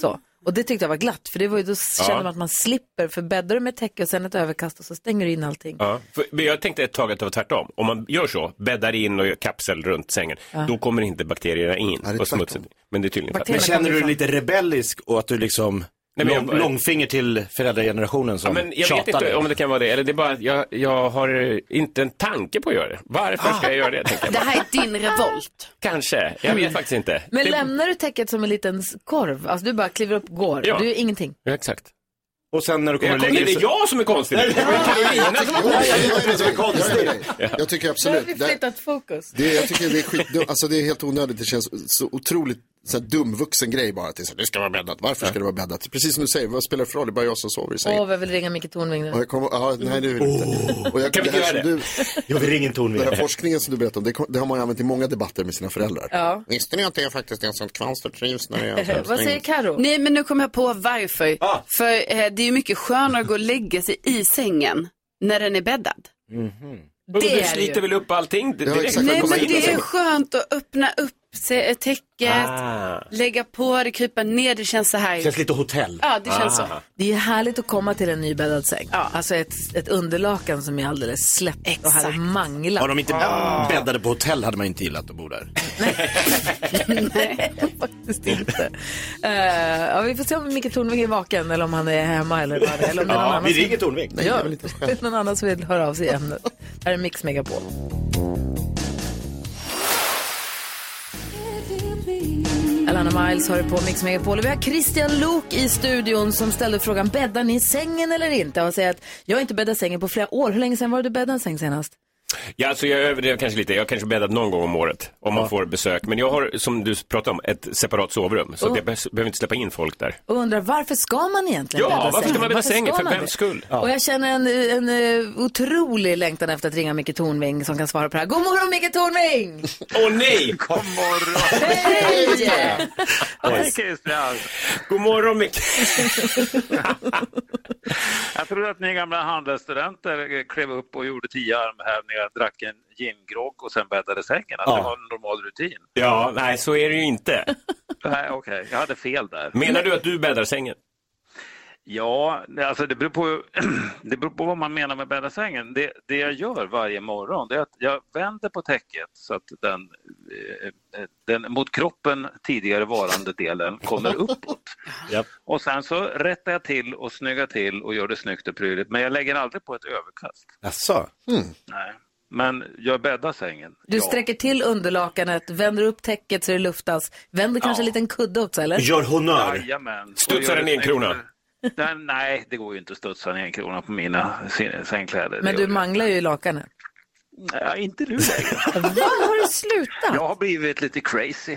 Speaker 1: Så. Och det tyckte jag var glatt för det var ju, då
Speaker 15: Ja.
Speaker 1: kände man att man slipper för bäddar du med täcke och sen ett överkast och så stänger du in allting.
Speaker 15: Ja, för, men jag tänkte ett tag att det var tvärtom. Om man gör så, bäddar in och gör kapsel runt sängen,
Speaker 1: Ja.
Speaker 15: då kommer inte bakterierna in och smutsen. Men det är tydligen
Speaker 2: Men
Speaker 15: tvärtom.
Speaker 2: känner du dig lite rebellisk och att du liksom
Speaker 15: Nej, men jag-
Speaker 2: lång, långfinger till föräldragenerationen
Speaker 15: Ja,
Speaker 2: som
Speaker 15: men jag vet
Speaker 2: tjatar
Speaker 15: inte
Speaker 2: dig?
Speaker 15: om det kan vara det, eller det är bara att jag, jag har eh, inte en tanke på att göra det. Varför ska jag göra det? Tänker jag.
Speaker 3: Ah. Det här är din revolt.
Speaker 15: Kanske, jag vet faktiskt inte.
Speaker 1: Men
Speaker 15: det...
Speaker 1: lämnar du täcket som en liten s- korv? Alltså du bara kliver upp och går.
Speaker 15: Ja.
Speaker 1: Du gör ingenting.
Speaker 15: Ja, exakt.
Speaker 2: Och sen när du kommer
Speaker 15: Jag kommer- det är jag som är konstig. Det är Carolina som är konstig.
Speaker 4: Jag tycker
Speaker 1: Nu har vi
Speaker 4: absolut, det,
Speaker 1: flyttat fokus.
Speaker 4: det, jag tycker det är skitdumt, alltså det är helt onödigt, det känns så otroligt så här, dumvuxen grej bara. Att det, är så här, det ska vara bäddat, varför ska det vara bäddat? Precis som du säger, vad spelar det för roll, det är bara jag som sover i
Speaker 1: Åh,
Speaker 4: sängen.
Speaker 1: vad jag vill ringa Micke Tornving nu.
Speaker 4: Och jag kommer, ja, nej det vill jag inte. Och jag,
Speaker 1: Kan vi
Speaker 4: här
Speaker 1: inte
Speaker 4: som
Speaker 1: göra
Speaker 4: Du,
Speaker 2: jag vill ingen ton
Speaker 4: Den här forskningen som du berättade om, det, kom- det har man ju använt i många debatter med sina föräldrar.
Speaker 1: Ja.
Speaker 4: Visste ni att det är faktiskt en sån kvanster trivs när det
Speaker 1: Karo?
Speaker 3: Nej, men nu kommer jag på varför.
Speaker 15: Ah.
Speaker 3: För eh, det är ju mycket skönare att gå och lägga sig i sängen när den är bäddad.
Speaker 15: Det
Speaker 3: Det är
Speaker 15: du
Speaker 3: det
Speaker 15: Mm-hmm. sliter
Speaker 3: ju.
Speaker 15: väl upp allting direkt?
Speaker 3: Nej, men
Speaker 15: Komma in
Speaker 3: det
Speaker 15: och
Speaker 3: är
Speaker 15: så-
Speaker 3: skönt att öppna upp sig, eh, täcket,
Speaker 15: Ah.
Speaker 3: lägga på det, krypa ner, det känns så här.
Speaker 2: Känns lite hotell.
Speaker 3: Ja, det känns
Speaker 2: Ah.
Speaker 3: så.
Speaker 1: Det är ju härligt att komma till en nybäddad säng. Alltså ett, ett underlakan som är alldeles släppt och här är manglat.
Speaker 2: Om de inte bäddade på hotell hade man inte gillat att bo där.
Speaker 1: Eh, ja, vi får se om Micke Tornving är vaken eller om han är hemma eller vad det är. Eller om det är någon
Speaker 2: Ja,
Speaker 1: annan
Speaker 2: vi
Speaker 1: som-
Speaker 2: ringer Tornving. Nej,
Speaker 1: ja,
Speaker 2: det är väl inte
Speaker 1: det är någon annan som vill höra av sig i ämnet. Här är Mix Megapol. Alana Miles hör på Mix Megapol och vi har Christian Lok i studion som ställde frågan bäddar ni sängen eller inte? Och säger att jag har inte bäddat sängen på flera år. Hur länge sedan var det du bäddade en säng senast?
Speaker 15: Ja, alltså jag överdrev kanske lite. Jag har kanske bäddat någon gång om året om man får besök. Men jag har, som du pratade om, ett separat sovrum. Så
Speaker 1: Oh.
Speaker 15: att jag behövs- behöver inte släppa in folk där.
Speaker 1: Och undrar varför ska man egentligen
Speaker 15: Ja,
Speaker 1: bädda
Speaker 15: varför ska
Speaker 1: sängen?
Speaker 15: man bädda sängen?
Speaker 1: ska
Speaker 15: För
Speaker 1: man
Speaker 15: vems
Speaker 1: det?
Speaker 15: skull?
Speaker 1: Och jag känner en, en, eh, otrolig längtan efter att ringa Micke Tornving som kan svara på det här. God morgon Micke Tornving!
Speaker 15: Åh nej! God
Speaker 1: Hej!
Speaker 16: Hej Christian!
Speaker 15: God morgon Micke!
Speaker 16: jag trodde att ni gamla handelsstudenter eh, klev upp och gjorde tio armhävningar, drack en gingrogg och sen bäddade sängen. Att
Speaker 15: Ja.
Speaker 16: det var en normal rutin.
Speaker 15: Ja, nej så är det ju inte.
Speaker 16: Nej, okej. Jag hade fel där.
Speaker 15: Menar du att du bäddar sängen?
Speaker 16: Ja, det- alltså det beror på, det beror på vad man menar med bädda sängen. Det, det jag gör varje morgon det är att jag vänder på täcket så att den, eh, eh, den mot kroppen tidigare varande delen kommer uppåt. Och sen så rättar jag till och snyggar till och gör det snyggt och prydligt. Men jag lägger aldrig på ett överkast.
Speaker 2: Jaså?
Speaker 16: Nej. Men jag bäddar sängen.
Speaker 1: Du sträcker till underlakanet, vänder upp täcket så det luftas, vänder kanske en liten kudde också eller?
Speaker 16: Jajamän. Och
Speaker 15: Studsar
Speaker 16: gör
Speaker 15: den
Speaker 16: det
Speaker 15: i en krona?
Speaker 16: snyggt. Nej, Nej, det går ju inte att studsa ner en krona på mina se- sängkläder. Det
Speaker 1: Men du
Speaker 16: gör det.
Speaker 1: manglar ju i lakanet.
Speaker 16: Nej, inte du längre.
Speaker 1: Har du slutat?
Speaker 16: Jag har blivit lite crazy.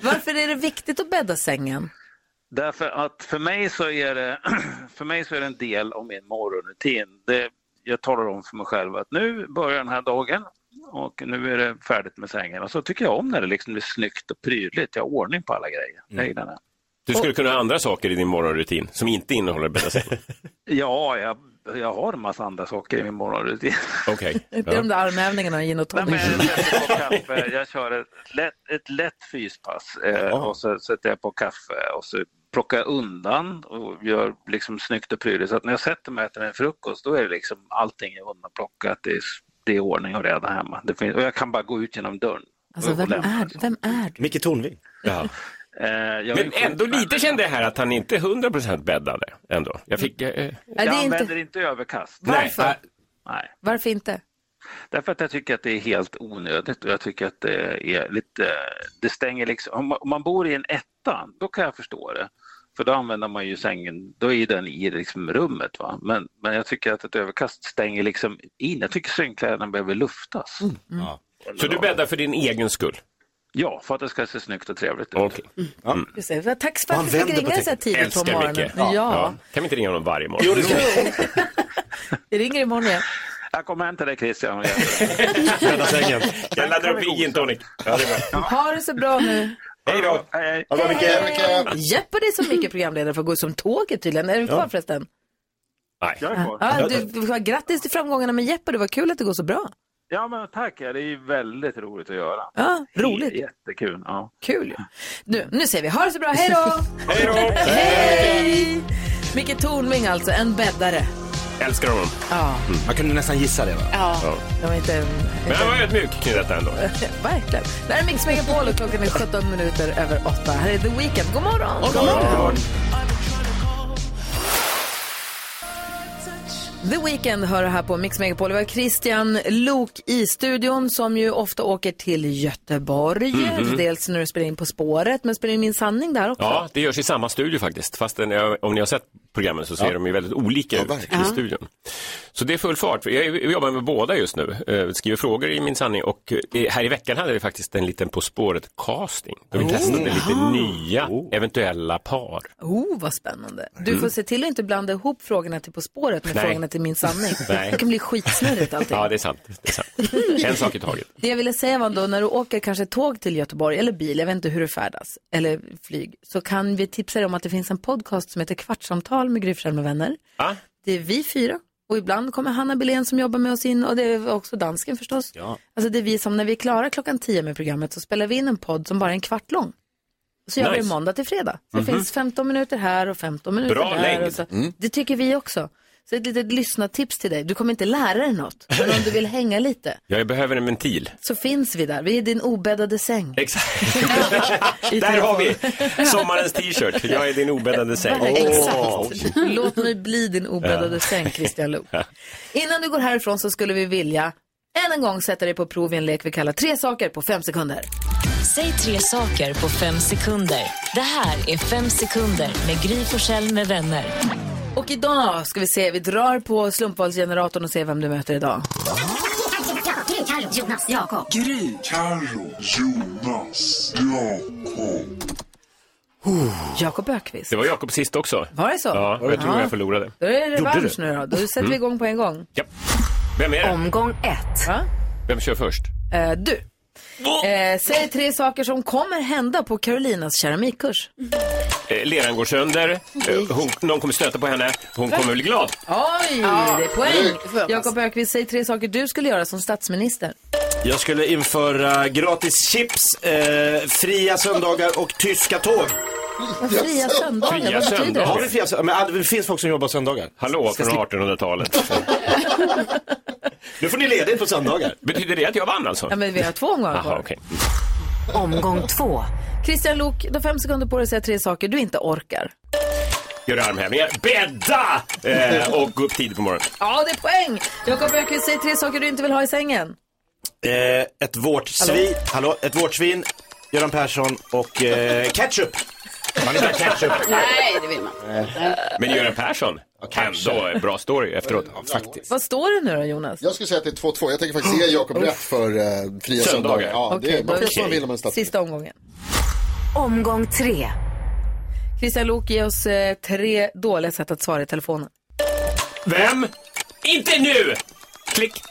Speaker 1: Varför är det viktigt att bädda sängen?
Speaker 16: Därför att för mig så är det, för mig så är det en del av min morgonrutin. Det, jag talar om för mig själv att nu börjar den här dagen och nu är det färdigt med sängen. Och så tycker jag om när det liksom blir snyggt och prydligt. Jag har ordning på alla grejer.
Speaker 15: Mm.
Speaker 16: Jag gillar det.
Speaker 15: Du skulle kunna ha andra saker i din morgonrutin som inte innehåller bädda sängen.
Speaker 16: Ja, jag, jag har en massa andra saker i min morgonrutin.
Speaker 15: Okej.
Speaker 1: Inte de där armhävningarna och gin och tonic.
Speaker 16: kaffe. Jag kör ett lätt, ett lätt fyspass eh, och så sätter jag på kaffe och så plockar jag undan och gör liksom snyggt och prydligt. Så att när jag sätter mig och äter en frukost då är det liksom allting är undanplockat. Det är, det är ordning och reda hemma. Det finns, och jag kan bara gå ut genom dörren.
Speaker 1: Alltså
Speaker 16: och
Speaker 1: vem
Speaker 16: lämna.
Speaker 1: är, vem är du?
Speaker 2: Micke Tornving.
Speaker 15: Ja.
Speaker 16: Eh, jag är
Speaker 15: Men ändå lite kände jag här att han inte är 100% bäddade ändå. Jag fick... eh, eh,
Speaker 1: det är
Speaker 16: Jag
Speaker 1: inte-
Speaker 16: använder inte överkast.
Speaker 1: Varför?
Speaker 16: Nej. Nej.
Speaker 1: Varför inte?
Speaker 16: Därför att jag tycker att det är helt onödigt och jag tycker att det är lite, det stänger liksom, om man- om man bor i en etta, då kan jag förstå det. För då använder man ju sängen, då är ju den i liksom rummet. Va? Men, men jag tycker att ett överkast stänger liksom in, jag tycker sängkläderna behöver luftas.
Speaker 15: Så du bäddar för din egen skull?
Speaker 16: Ja, för att det ska se snyggt och trevligt ut.
Speaker 15: Okej. Mm.
Speaker 1: Just det. Tack för att
Speaker 15: Han
Speaker 1: du fick
Speaker 15: vänder på
Speaker 1: ringa så här
Speaker 15: tecken.
Speaker 1: tidigt på
Speaker 15: Älskar
Speaker 1: morgonen.
Speaker 15: Micke.
Speaker 1: Ja.
Speaker 15: Kan vi inte ringa honom varje morgon?
Speaker 1: Vi ringer imorgon igen.
Speaker 16: Jag kommer hem till dig Christian. och
Speaker 15: Bädda sängen. Jag laddar upp i gin tonic. Ja, det är bra.
Speaker 1: Ha det så bra nu.
Speaker 15: Hej då!
Speaker 16: Hej,
Speaker 2: Ha det bra, Micke.
Speaker 1: Jeopardy som mycket programledare får gå som tåget tydligen. Är du kvar
Speaker 2: Ja.
Speaker 1: förresten?
Speaker 15: Nej.
Speaker 1: Ja, du, du- grattis till framgångarna med Jeopardy, vad kul att det går så bra.
Speaker 16: Ja men tack, ja, det är ju väldigt roligt att göra.
Speaker 1: Ja, roligt.
Speaker 16: Jättekul. Ja.
Speaker 1: Kul ju. Nu, nu säger vi ha det så bra, hej då!
Speaker 15: Hej då!
Speaker 1: Hej! Micke Tornving alltså, en bäddare.
Speaker 15: Älskar honom.
Speaker 1: Ja.
Speaker 2: Mm. Man kunde nästan gissa det va?
Speaker 1: Ja. Det var inte...
Speaker 15: Men han var ödmjuk kring detta ändå.
Speaker 1: Verkligen. Det här är Mix Megapol och klockan är 17 minuter över 8. Här är The Weeknd. God morgon!
Speaker 15: God morgon.
Speaker 1: The Weeknd hör här på Mix Megapol. Vi har Christian Lok i studion som ju ofta åker till Göteborg.
Speaker 15: Mhm.
Speaker 1: Dels när du spelar in På spåret, men spelar in Min sanning där också.
Speaker 15: Ja, det görs i samma studio faktiskt. Fast den, är- om ni har sett programmen så ser de ju väldigt olika ut i studion. Så det är full fart. Jag är- jobbar med båda just nu. Eh, Skriver frågor i Min sanning och eh, här i veckan hade vi faktiskt en liten På spåret-casting. Då vi
Speaker 1: Oh.
Speaker 15: testade lite
Speaker 1: Jaha.
Speaker 15: nya eventuella par.
Speaker 1: Oh, vad spännande. Du
Speaker 15: Mm.
Speaker 1: får se till att inte blanda ihop frågorna till På spåret med
Speaker 15: Nej.
Speaker 1: frågorna till Min sanning.
Speaker 15: Nej.
Speaker 1: Det kan bli skitsnurrigt allting.
Speaker 15: Ja, det är sant. Det är sant. En sak i taget.
Speaker 1: Det jag ville säga var då, när du åker kanske tåg till Göteborg eller bil, jag vet inte hur du färdas, eller flyg, så kan vi tipsa dig om att det finns en podcast som heter Kvartsamtal med Gry Forssell med vänner.
Speaker 15: Ja.
Speaker 1: Det är vi fyra och ibland kommer Hanna Billén som jobbar med oss in och det är också dansken förstås.
Speaker 2: Ja.
Speaker 1: Alltså det är vi som, när vi är klara klockan tio med programmet så spelar vi in en podd som bara är en kvart lång. Så gör vi det
Speaker 17: Nice.
Speaker 1: måndag till fredag. Så
Speaker 17: Mhm.
Speaker 1: Det finns 15 minuter här och 15 minuter
Speaker 17: Bra
Speaker 1: där.
Speaker 17: längd.
Speaker 1: Och så.
Speaker 17: Mm.
Speaker 1: Det tycker vi också. Så ett litet lyssnartips till dig. Du kommer inte lära dig något, men om du vill hänga lite
Speaker 15: Jag behöver en ventil.
Speaker 1: så finns vi där. Vi är i din obäddade säng.
Speaker 15: Exakt. Där har vi sommarens t-shirt. Jag är din obäddade säng.
Speaker 1: Exakt. Låt mig bli din obäddade
Speaker 15: Ja.
Speaker 1: säng, Christian Luuk. Innan du går härifrån så skulle vi vilja än en gång sätta dig på prov i en lek vi kallar Tre saker på fem sekunder.
Speaker 17: Säg tre saker på fem sekunder. Det här är Fem sekunder med Gry Forssell med vänner.
Speaker 1: Och idag ska vi se, vi drar på slumpvalsgeneratorn och ser vem du möter idag.
Speaker 8: Gry, Carro, Jonas, Jakob.
Speaker 18: Gry, Carro, Jonas, Jakob.
Speaker 1: Jakob Ökvist.
Speaker 15: Det var Jakob sist också.
Speaker 1: Var det så?
Speaker 15: Ja, och jag tror
Speaker 1: Ja.
Speaker 15: jag förlorade.
Speaker 1: Då är det
Speaker 15: Gjorde
Speaker 1: revansch
Speaker 15: du?
Speaker 1: nu då. Då sätter vi
Speaker 15: Mm.
Speaker 1: igång på en gång.
Speaker 15: Vem är det?
Speaker 1: Omgång ett. Va?
Speaker 15: Vem kör först?
Speaker 1: Eh, du. Eh, säg tre saker som kommer hända på Carolinas keramikkurs.
Speaker 15: Eh, leran går sönder. Eh, hon, någon kommer stöta på henne. Hon
Speaker 1: Va?
Speaker 15: kommer bli glad.
Speaker 1: Oj,
Speaker 15: Ja,
Speaker 1: det är poäng.
Speaker 15: snyggt. Får jag
Speaker 1: Jakob Ökvist, säg tre saker du skulle göra som statsminister.
Speaker 2: Jag skulle införa gratis chips, eh, fria söndagar och tyska tåg.
Speaker 1: Fria söndagar,
Speaker 2: Fria
Speaker 1: vad betyder
Speaker 2: söndagar?
Speaker 1: det?
Speaker 2: Har vi fria söndagar? Men all- det finns folk som jobbar söndagar.
Speaker 15: Hallå, från 1800-talet.
Speaker 2: Nu får ni ledigt på söndagar.
Speaker 15: Betyder det att jag vann alltså?
Speaker 1: Ja, men vi har två omgångar
Speaker 15: Jaha,
Speaker 1: kvar.
Speaker 15: okej.
Speaker 1: Omgång två. Christian Lok, du har fem sekunder på dig att säga tre saker du inte orkar.
Speaker 15: Gör armhävningar. Bädda! Eh, och gå upp tidigt på morgonen.
Speaker 1: Ja, det är poäng! Jakob Ökvist, säg tre saker du inte vill ha i sängen.
Speaker 2: Eh, ett vårtsvin, hallå? ett vårtsvin, Göran Persson och eh, ketchup. Eh, Man vill ha ketchup.
Speaker 3: Nej, det vill man.
Speaker 15: Men Göran Persson, ändå en bra story efteråt. faktiskt.
Speaker 1: Vad står det nu då, Jonas?
Speaker 4: Jag skulle säga att det är 2-2. Jag tänker faktiskt ge Jakob
Speaker 1: Uff.
Speaker 4: rätt för eh, fria
Speaker 15: Söndagar.
Speaker 4: söndagar. Ja, det är,
Speaker 1: då
Speaker 4: man
Speaker 1: är
Speaker 4: får
Speaker 1: det-
Speaker 4: som man vill om en statsminister.
Speaker 1: Sista omgången. Omgång tre. Christian Lok, ge oss eh, tre dåliga sätt att svara i telefonen.
Speaker 15: Vem? Inte nu! Klick.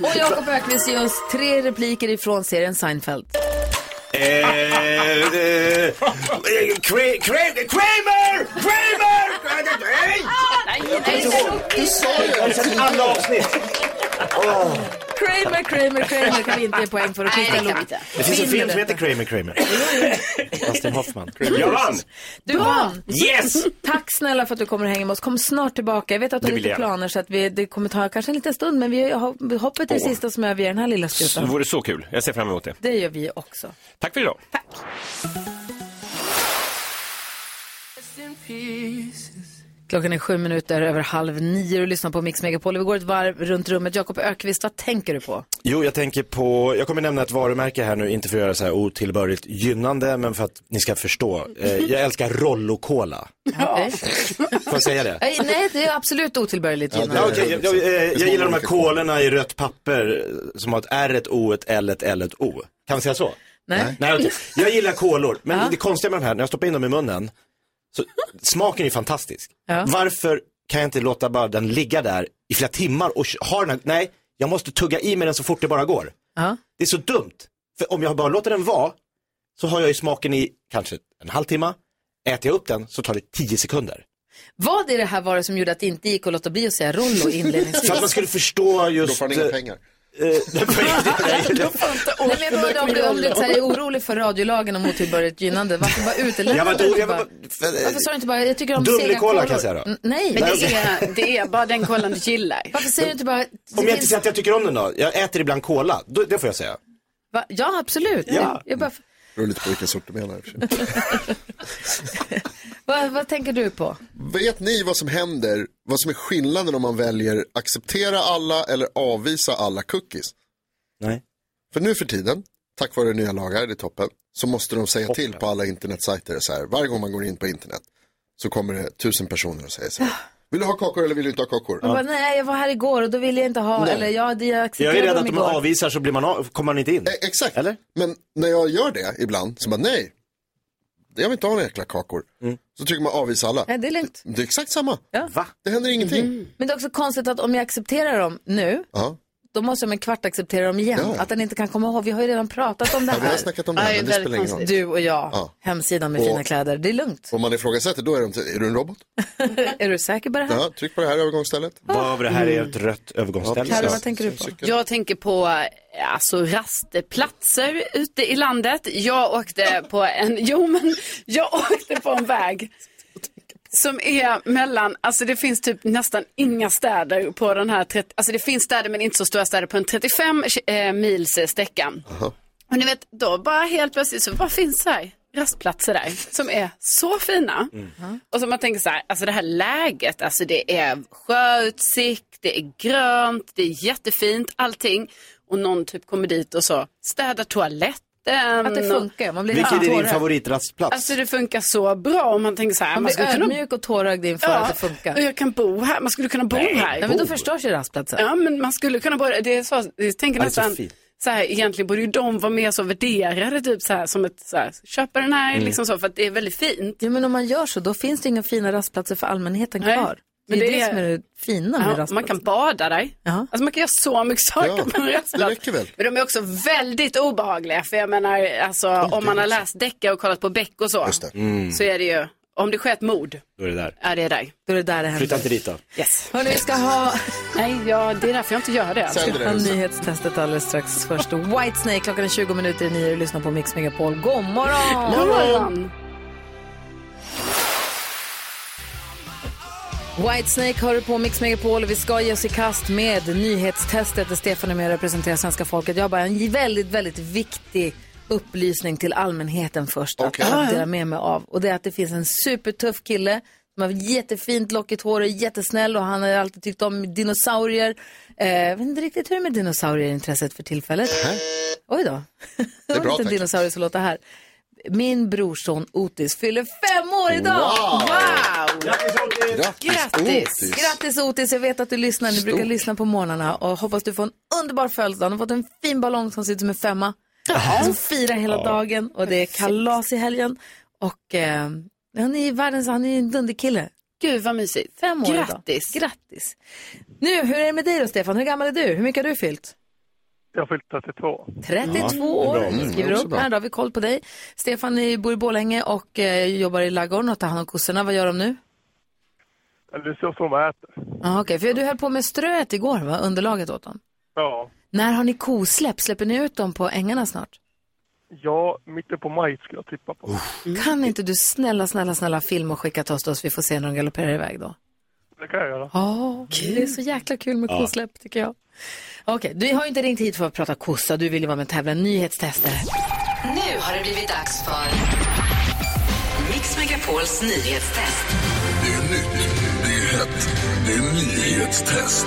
Speaker 1: Och Jakob Ökvist, ge oss tre repliker ifrån serien Seinfeld.
Speaker 2: Eh, eh, eh, Kra- Kra- Kramer! Kramer! Nej!
Speaker 1: nej, nej.
Speaker 2: Du sa ju det! Jag har sett alla avsnitt. Åh.
Speaker 1: Kramer, Kramer, Kramer kan vi inte ge poäng för. Och
Speaker 3: Nej,
Speaker 1: Christian
Speaker 3: det kan
Speaker 1: Lok.
Speaker 3: vi inte.
Speaker 2: Det finns en
Speaker 1: vinner
Speaker 2: film som
Speaker 1: detta.
Speaker 2: heter Kramer, Kramer. Dustin Hoffman. Jag vann!
Speaker 1: Du vann!
Speaker 2: Yes!
Speaker 1: Tack snälla för att du kommer och hänger med oss. Kom snart tillbaka. Jag vet att du
Speaker 2: Det
Speaker 1: har
Speaker 2: vill
Speaker 1: lite
Speaker 2: jag.
Speaker 1: planer så att vi, det kommer ta kanske en liten stund men vi har hoppet är det
Speaker 15: Åh.
Speaker 1: sista som överger den här lilla
Speaker 15: Det
Speaker 1: skutan.
Speaker 15: vore så kul. Jag ser fram emot det.
Speaker 1: Det gör vi också.
Speaker 15: Tack för idag.
Speaker 1: Klockan är sju minuter över halv nio och lyssnar på Mix Megapol. Vi går ett varv runt rummet. Jakob Ökvist, vad tänker du på?
Speaker 2: Jo, jag tänker på, jag kommer nämna ett varumärke här nu, inte för att göra så här otillbörligt gynnande, men för att ni ska förstå. Eh, jag älskar Rollo Cola.
Speaker 1: Okej.
Speaker 2: Får jag säga det?
Speaker 1: Nej, Nej, det är absolut otillbörligt.
Speaker 2: Ja,
Speaker 1: Jonas.
Speaker 2: okej, jag, jag, eh, jag gillar de här kolorna i rött papper eh, som har ett R, ett O, ett L, ett L, ett O. Kan man säga så?
Speaker 1: Nej.
Speaker 2: Nej okej. Jag gillar kolor, men det konstiga med de här, när jag stoppar in dem i munnen, så smaken är fantastisk. Varför kan jag inte låta bara den ligga där i flera timmar och ha den här, nej, jag måste tugga i mig den så fort det bara går.
Speaker 1: Ja.
Speaker 2: Det är så dumt, för om jag bara låter den vara, så har jag ju smaken i kanske en halvtimme, äter jag upp den så tar det tio sekunder.
Speaker 1: Vad är det här var det som gjorde att det inte gick att låta bli att säga Rollo inledningsvis?
Speaker 2: För att man skulle förstå just...
Speaker 4: Då får han inga
Speaker 2: eh,
Speaker 4: pengar.
Speaker 1: Nej, men jag undrar om du, om du så här, är orolig för radiolagen om otillbörligt gynnande. Varför bara utelämna
Speaker 2: Jag var
Speaker 1: det?
Speaker 2: inte- jag
Speaker 1: Bara-
Speaker 2: var-
Speaker 1: Varför sa du inte bara, jag tycker om
Speaker 2: Dumle
Speaker 1: sega
Speaker 2: cola,
Speaker 1: kolor?
Speaker 2: kan jag säga då.
Speaker 1: N- Mm, Nej.
Speaker 3: Men det är, det är bara den kollan du gillar.
Speaker 1: Varför säger du inte bara...
Speaker 2: Om jag inte säger att jag tycker om den då, jag äter ibland cola, då, det får jag säga.
Speaker 1: Va? Ja, absolut.
Speaker 2: Ja.
Speaker 1: Jag bara,
Speaker 4: Det beror lite på vilken sort du menar. i och för sig.
Speaker 1: vad, vad tänker du på?
Speaker 4: Vet ni vad som händer, vad som är skillnaden om man väljer acceptera alla eller avvisa alla cookies?
Speaker 2: Nej.
Speaker 4: För nu för tiden, tack vare nya lagar, det är toppen, så måste de säga till på alla internetsajter så här, varje gång man går in på internet så kommer det tusen personer och säger så här, vill du ha kakor eller vill du inte ha kakor?
Speaker 1: Man bara, nej, jag var här igår och då ville jag inte ha,
Speaker 4: Nej.
Speaker 1: eller ja, det jag
Speaker 2: Jag är
Speaker 1: accepterade
Speaker 2: rädd
Speaker 1: dem
Speaker 2: att om
Speaker 1: igår.
Speaker 2: man avvisar så blir man av, kommer man inte in.
Speaker 4: Eh, Exakt, men när jag gör det ibland så bara nej, jag vill inte ha några jäkla kakor. Så tycker man avvisa alla.
Speaker 1: Nej, det är lugnt.
Speaker 4: Det är exakt samma.
Speaker 2: Mm. Va?
Speaker 4: Det händer ingenting.
Speaker 1: Men det är också konstigt att om jag accepterar dem nu,
Speaker 4: Ja.
Speaker 1: då måste jag om en kvart acceptera dem igen.
Speaker 4: Ja.
Speaker 1: Att den inte kan komma ihåg. Vi har ju redan pratat om det
Speaker 4: Ja,
Speaker 1: här.
Speaker 4: vi har snackat om det här, men det spelar ingen roll.
Speaker 1: Du och jag,
Speaker 4: Ja.
Speaker 1: hemsidan med
Speaker 4: Och-
Speaker 1: fina kläder. Det är lugnt.
Speaker 4: Om man ifrågasätter då är de, så- är du en robot?
Speaker 1: är du säker på det här?
Speaker 4: Ja, tryck på det här övergångsstället.
Speaker 2: Vad det här är ett rött övergångsställe.
Speaker 1: Mm. Carro, vad tänker du på?
Speaker 3: Jag tänker på eh, alltså, rastplatser ute i landet. Jag åkte på en, jo, men jag åkte på en väg som är mellan, alltså det finns typ nästan inga städer på den här, 30, alltså det finns städer men inte så stora städer på en 35 eh, mils eh, sträcka. Och ni vet, då bara helt plötsligt så vad finns det här? Rastplatser där som är så fina.
Speaker 1: Mm.
Speaker 3: Och så man tänker så här, alltså det här läget, alltså det är sjöutsikt, det är grönt, det är jättefint, allting. Och någon typ kommer dit och så städar toalett Den
Speaker 1: Att det funkar, man blir
Speaker 2: Vilken är
Speaker 1: nästan
Speaker 2: din
Speaker 1: tårögd.
Speaker 2: favoritrastplats?
Speaker 3: Alltså det funkar så bra om man tänker så här.
Speaker 1: Man
Speaker 3: man
Speaker 1: blir
Speaker 3: skulle kunna-
Speaker 1: ödmjuk och tårögd inför att det funkar.
Speaker 3: och jag kan bo här. Man skulle kunna bo
Speaker 1: Nej,
Speaker 3: här.
Speaker 1: nej, men då förstörs ju rastplatsen.
Speaker 3: Ja, men man skulle kunna bo det är så, Jag tänker
Speaker 1: Ja, det är så
Speaker 3: nästan
Speaker 1: fint.
Speaker 3: så här, egentligen borde ju de vara mer så värderade, typ så här, som ett så här, köpa den här,
Speaker 1: Mm.
Speaker 3: liksom så, för att det är väldigt fint.
Speaker 1: Ja, men om man gör så, då finns det inga fina rastplatser för allmänheten
Speaker 3: Nej,
Speaker 1: kvar. Det är
Speaker 3: men
Speaker 1: det,
Speaker 3: det är-
Speaker 1: som är det fina med
Speaker 3: Ja,
Speaker 1: rastplatser.
Speaker 3: man kan bada där. Alltså man kan göra så mycket saker
Speaker 1: Ja,
Speaker 3: på en rastplats.
Speaker 1: det räcker väl.
Speaker 3: Men de är också väldigt obehagliga, för jag menar, alltså, om man har läst deckare och kollat på Beck och så,
Speaker 2: Mm.
Speaker 3: så är det ju, om det sker ett mord,
Speaker 2: Då är det där.
Speaker 3: är det där.
Speaker 1: Då är det där det händer.
Speaker 2: Flytta inte dit då.
Speaker 3: Yes.
Speaker 1: Hörni, vi ska ha...
Speaker 3: Nej, ja, det är därför jag inte gör det. Alltså.
Speaker 1: Vi ska ha nyhetstestet alldeles strax. Först Whitesnake, klockan är 20 minuter i nio och lyssnar på Mix Megapol. God morgon!
Speaker 3: God morgon!
Speaker 1: Whitesnake hör du på Mix Megapol och vi ska ge oss i kast med nyhetstestet där Stefan är med och representerar svenska folket. Jag har bara en väldigt, väldigt viktig upplysning till allmänheten först att, att dela med mig av. Och det är att det finns en supertuff kille som har jättefint lockigt hår och är jättesnäll och han har alltid tyckt om dinosaurier. Eh, jag vet inte riktigt hur det är med dinosaurierintresset för tillfället. Oj då. Det
Speaker 4: är
Speaker 1: var
Speaker 4: bra,
Speaker 1: inte en
Speaker 4: tack.
Speaker 1: dinosaurie som låter här. Min brorson Otis fyller fem år idag!
Speaker 4: Wow!
Speaker 1: Grattis Otis! Grattis Otis. Jag vet att du lyssnar. Du brukar lyssna på morgnarna och hoppas du får en underbar födelsedag. Du har fått en fin ballong som ser ut som en femma. Som firar hela
Speaker 3: Ja.
Speaker 1: dagen och det är kalas i helgen. Och eh, han är världens, han är en dunderkille.
Speaker 3: Gud vad mysigt.
Speaker 1: Fem år
Speaker 3: Grattis.
Speaker 1: idag. Grattis. Nu, hur är det med dig då Stefan? Hur gammal är du? Hur mycket har du fyllt?
Speaker 19: Jag har fyllt 32.
Speaker 1: 32 år skriver upp här, då har vi koll på dig. Stefan är- bor i Borlänge och eh, jobbar i ladugården och tar hand om kossorna. Vad gör de nu?
Speaker 19: Eller så som man äter.
Speaker 1: Ah, Okej, för du höll på med ströet igår, va? underlaget åt dem.
Speaker 19: Ja.
Speaker 1: När har ni kosläpp? Släpper ni ut dem på ängarna snart?
Speaker 19: Ja, mitten på maj skulle jag tippa på.
Speaker 4: Mm.
Speaker 1: Kan inte du snälla, snälla, snälla filma och skicka till oss då så vi får se när de galopperar iväg då?
Speaker 19: Det kan jag göra.
Speaker 1: Ja, det är så jäkla kul med
Speaker 19: Ja.
Speaker 1: kosläpp tycker jag. Okej, du har ju inte ringt hit för att prata kossa, du vill ju vara med och tävla i nyhetstester.
Speaker 17: Nu har det blivit dags för Mix Megapols nyhetstest.
Speaker 18: Det är nytt, det är hett, det är nyhetstest.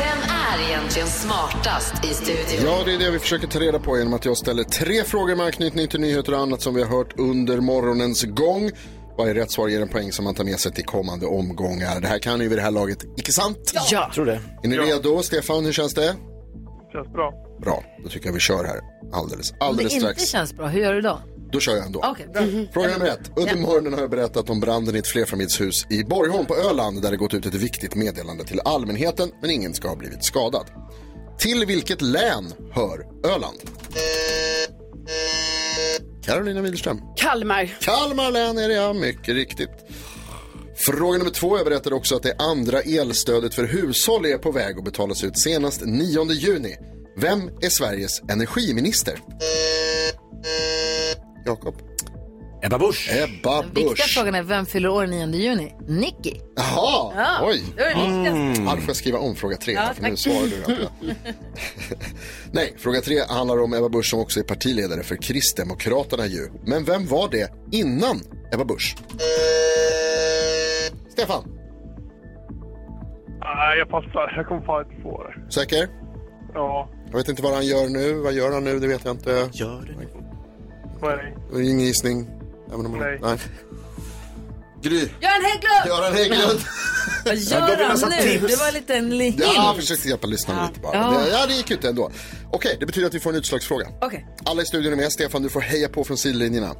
Speaker 17: Vem är egentligen smartast i studion?
Speaker 4: Ja, det är det vi försöker ta reda på genom att jag ställer tre frågor med anknytning till nyheter och annat som vi har hört under morgonens gång. Varje rätt svar ger en poäng som man tar med sig till kommande omgångar. Det här kan ni vid det här laget, icke sant?
Speaker 1: Ja, jag
Speaker 2: tror det.
Speaker 4: Är ni redo? Stefan, hur känns det?
Speaker 19: Känns bra.
Speaker 4: Bra, då tycker jag vi kör här alldeles,
Speaker 1: Om det
Speaker 4: alldeles
Speaker 1: inte
Speaker 4: strax.
Speaker 1: känns bra, hur gör du då?
Speaker 4: Då kör jag ändå.
Speaker 1: Ah, Okej, bra.
Speaker 4: Fråga nummer ett. Under
Speaker 1: Ja.
Speaker 4: morgonen har jag berättat om branden i ett flerfamiljshus i Borgholm på Öland där det gått ut ett viktigt meddelande till allmänheten men ingen ska ha blivit skadad. Till vilket län hör Öland? Carolina Widerström.
Speaker 3: Kalmar.
Speaker 4: Kalmar län är det ja, mycket riktigt. Fråga nummer två. Jag berättade också att det andra elstödet för hushåll är på väg att betalas ut senast 9 juni. Vem är Sveriges energiminister? Jakob.
Speaker 2: Ebba Busch.
Speaker 4: Ebba
Speaker 1: Den viktiga
Speaker 4: Busch.
Speaker 1: frågan är vem fyller år den 9 juni? Nicky.
Speaker 4: Jaha,
Speaker 1: Ja,
Speaker 4: oj. Mm.
Speaker 1: det var det viktigaste.
Speaker 4: Ja, då får jag skriva om fråga tre.
Speaker 1: Ja,
Speaker 4: för nu
Speaker 1: tack.
Speaker 4: svarar du den. Nej, fråga tre handlar om Ebba Busch som också är partiledare för Kristdemokraterna ju. Men vem var det innan Ebba Busch? Stefan.
Speaker 19: Nej, jag passar. Jag kommer fan inte på det.
Speaker 4: Säker?
Speaker 19: Ja,
Speaker 4: Jag vet inte vad han gör nu. Vad gör han nu? Det vet jag inte. Gör det
Speaker 19: nej.
Speaker 4: nu. Ingen gissning? Även om han-
Speaker 19: Nej.
Speaker 4: Nej. Gry.
Speaker 1: Göran Hägglund!
Speaker 4: Göran Hägglund.
Speaker 1: Vad gör
Speaker 4: Jag gav en massa
Speaker 1: han nu?
Speaker 4: tips.
Speaker 1: Det var en liten li- hint.
Speaker 4: Ja, jag försökte hjälpa lyssnarna lite bara.
Speaker 1: Ja.
Speaker 4: Ja. ja, det gick ju inte ändå. Okej, det betyder att vi får en utslagsfråga.
Speaker 1: Okej.
Speaker 4: Alla i studion är med. Stefan, du får heja på från sidlinjerna.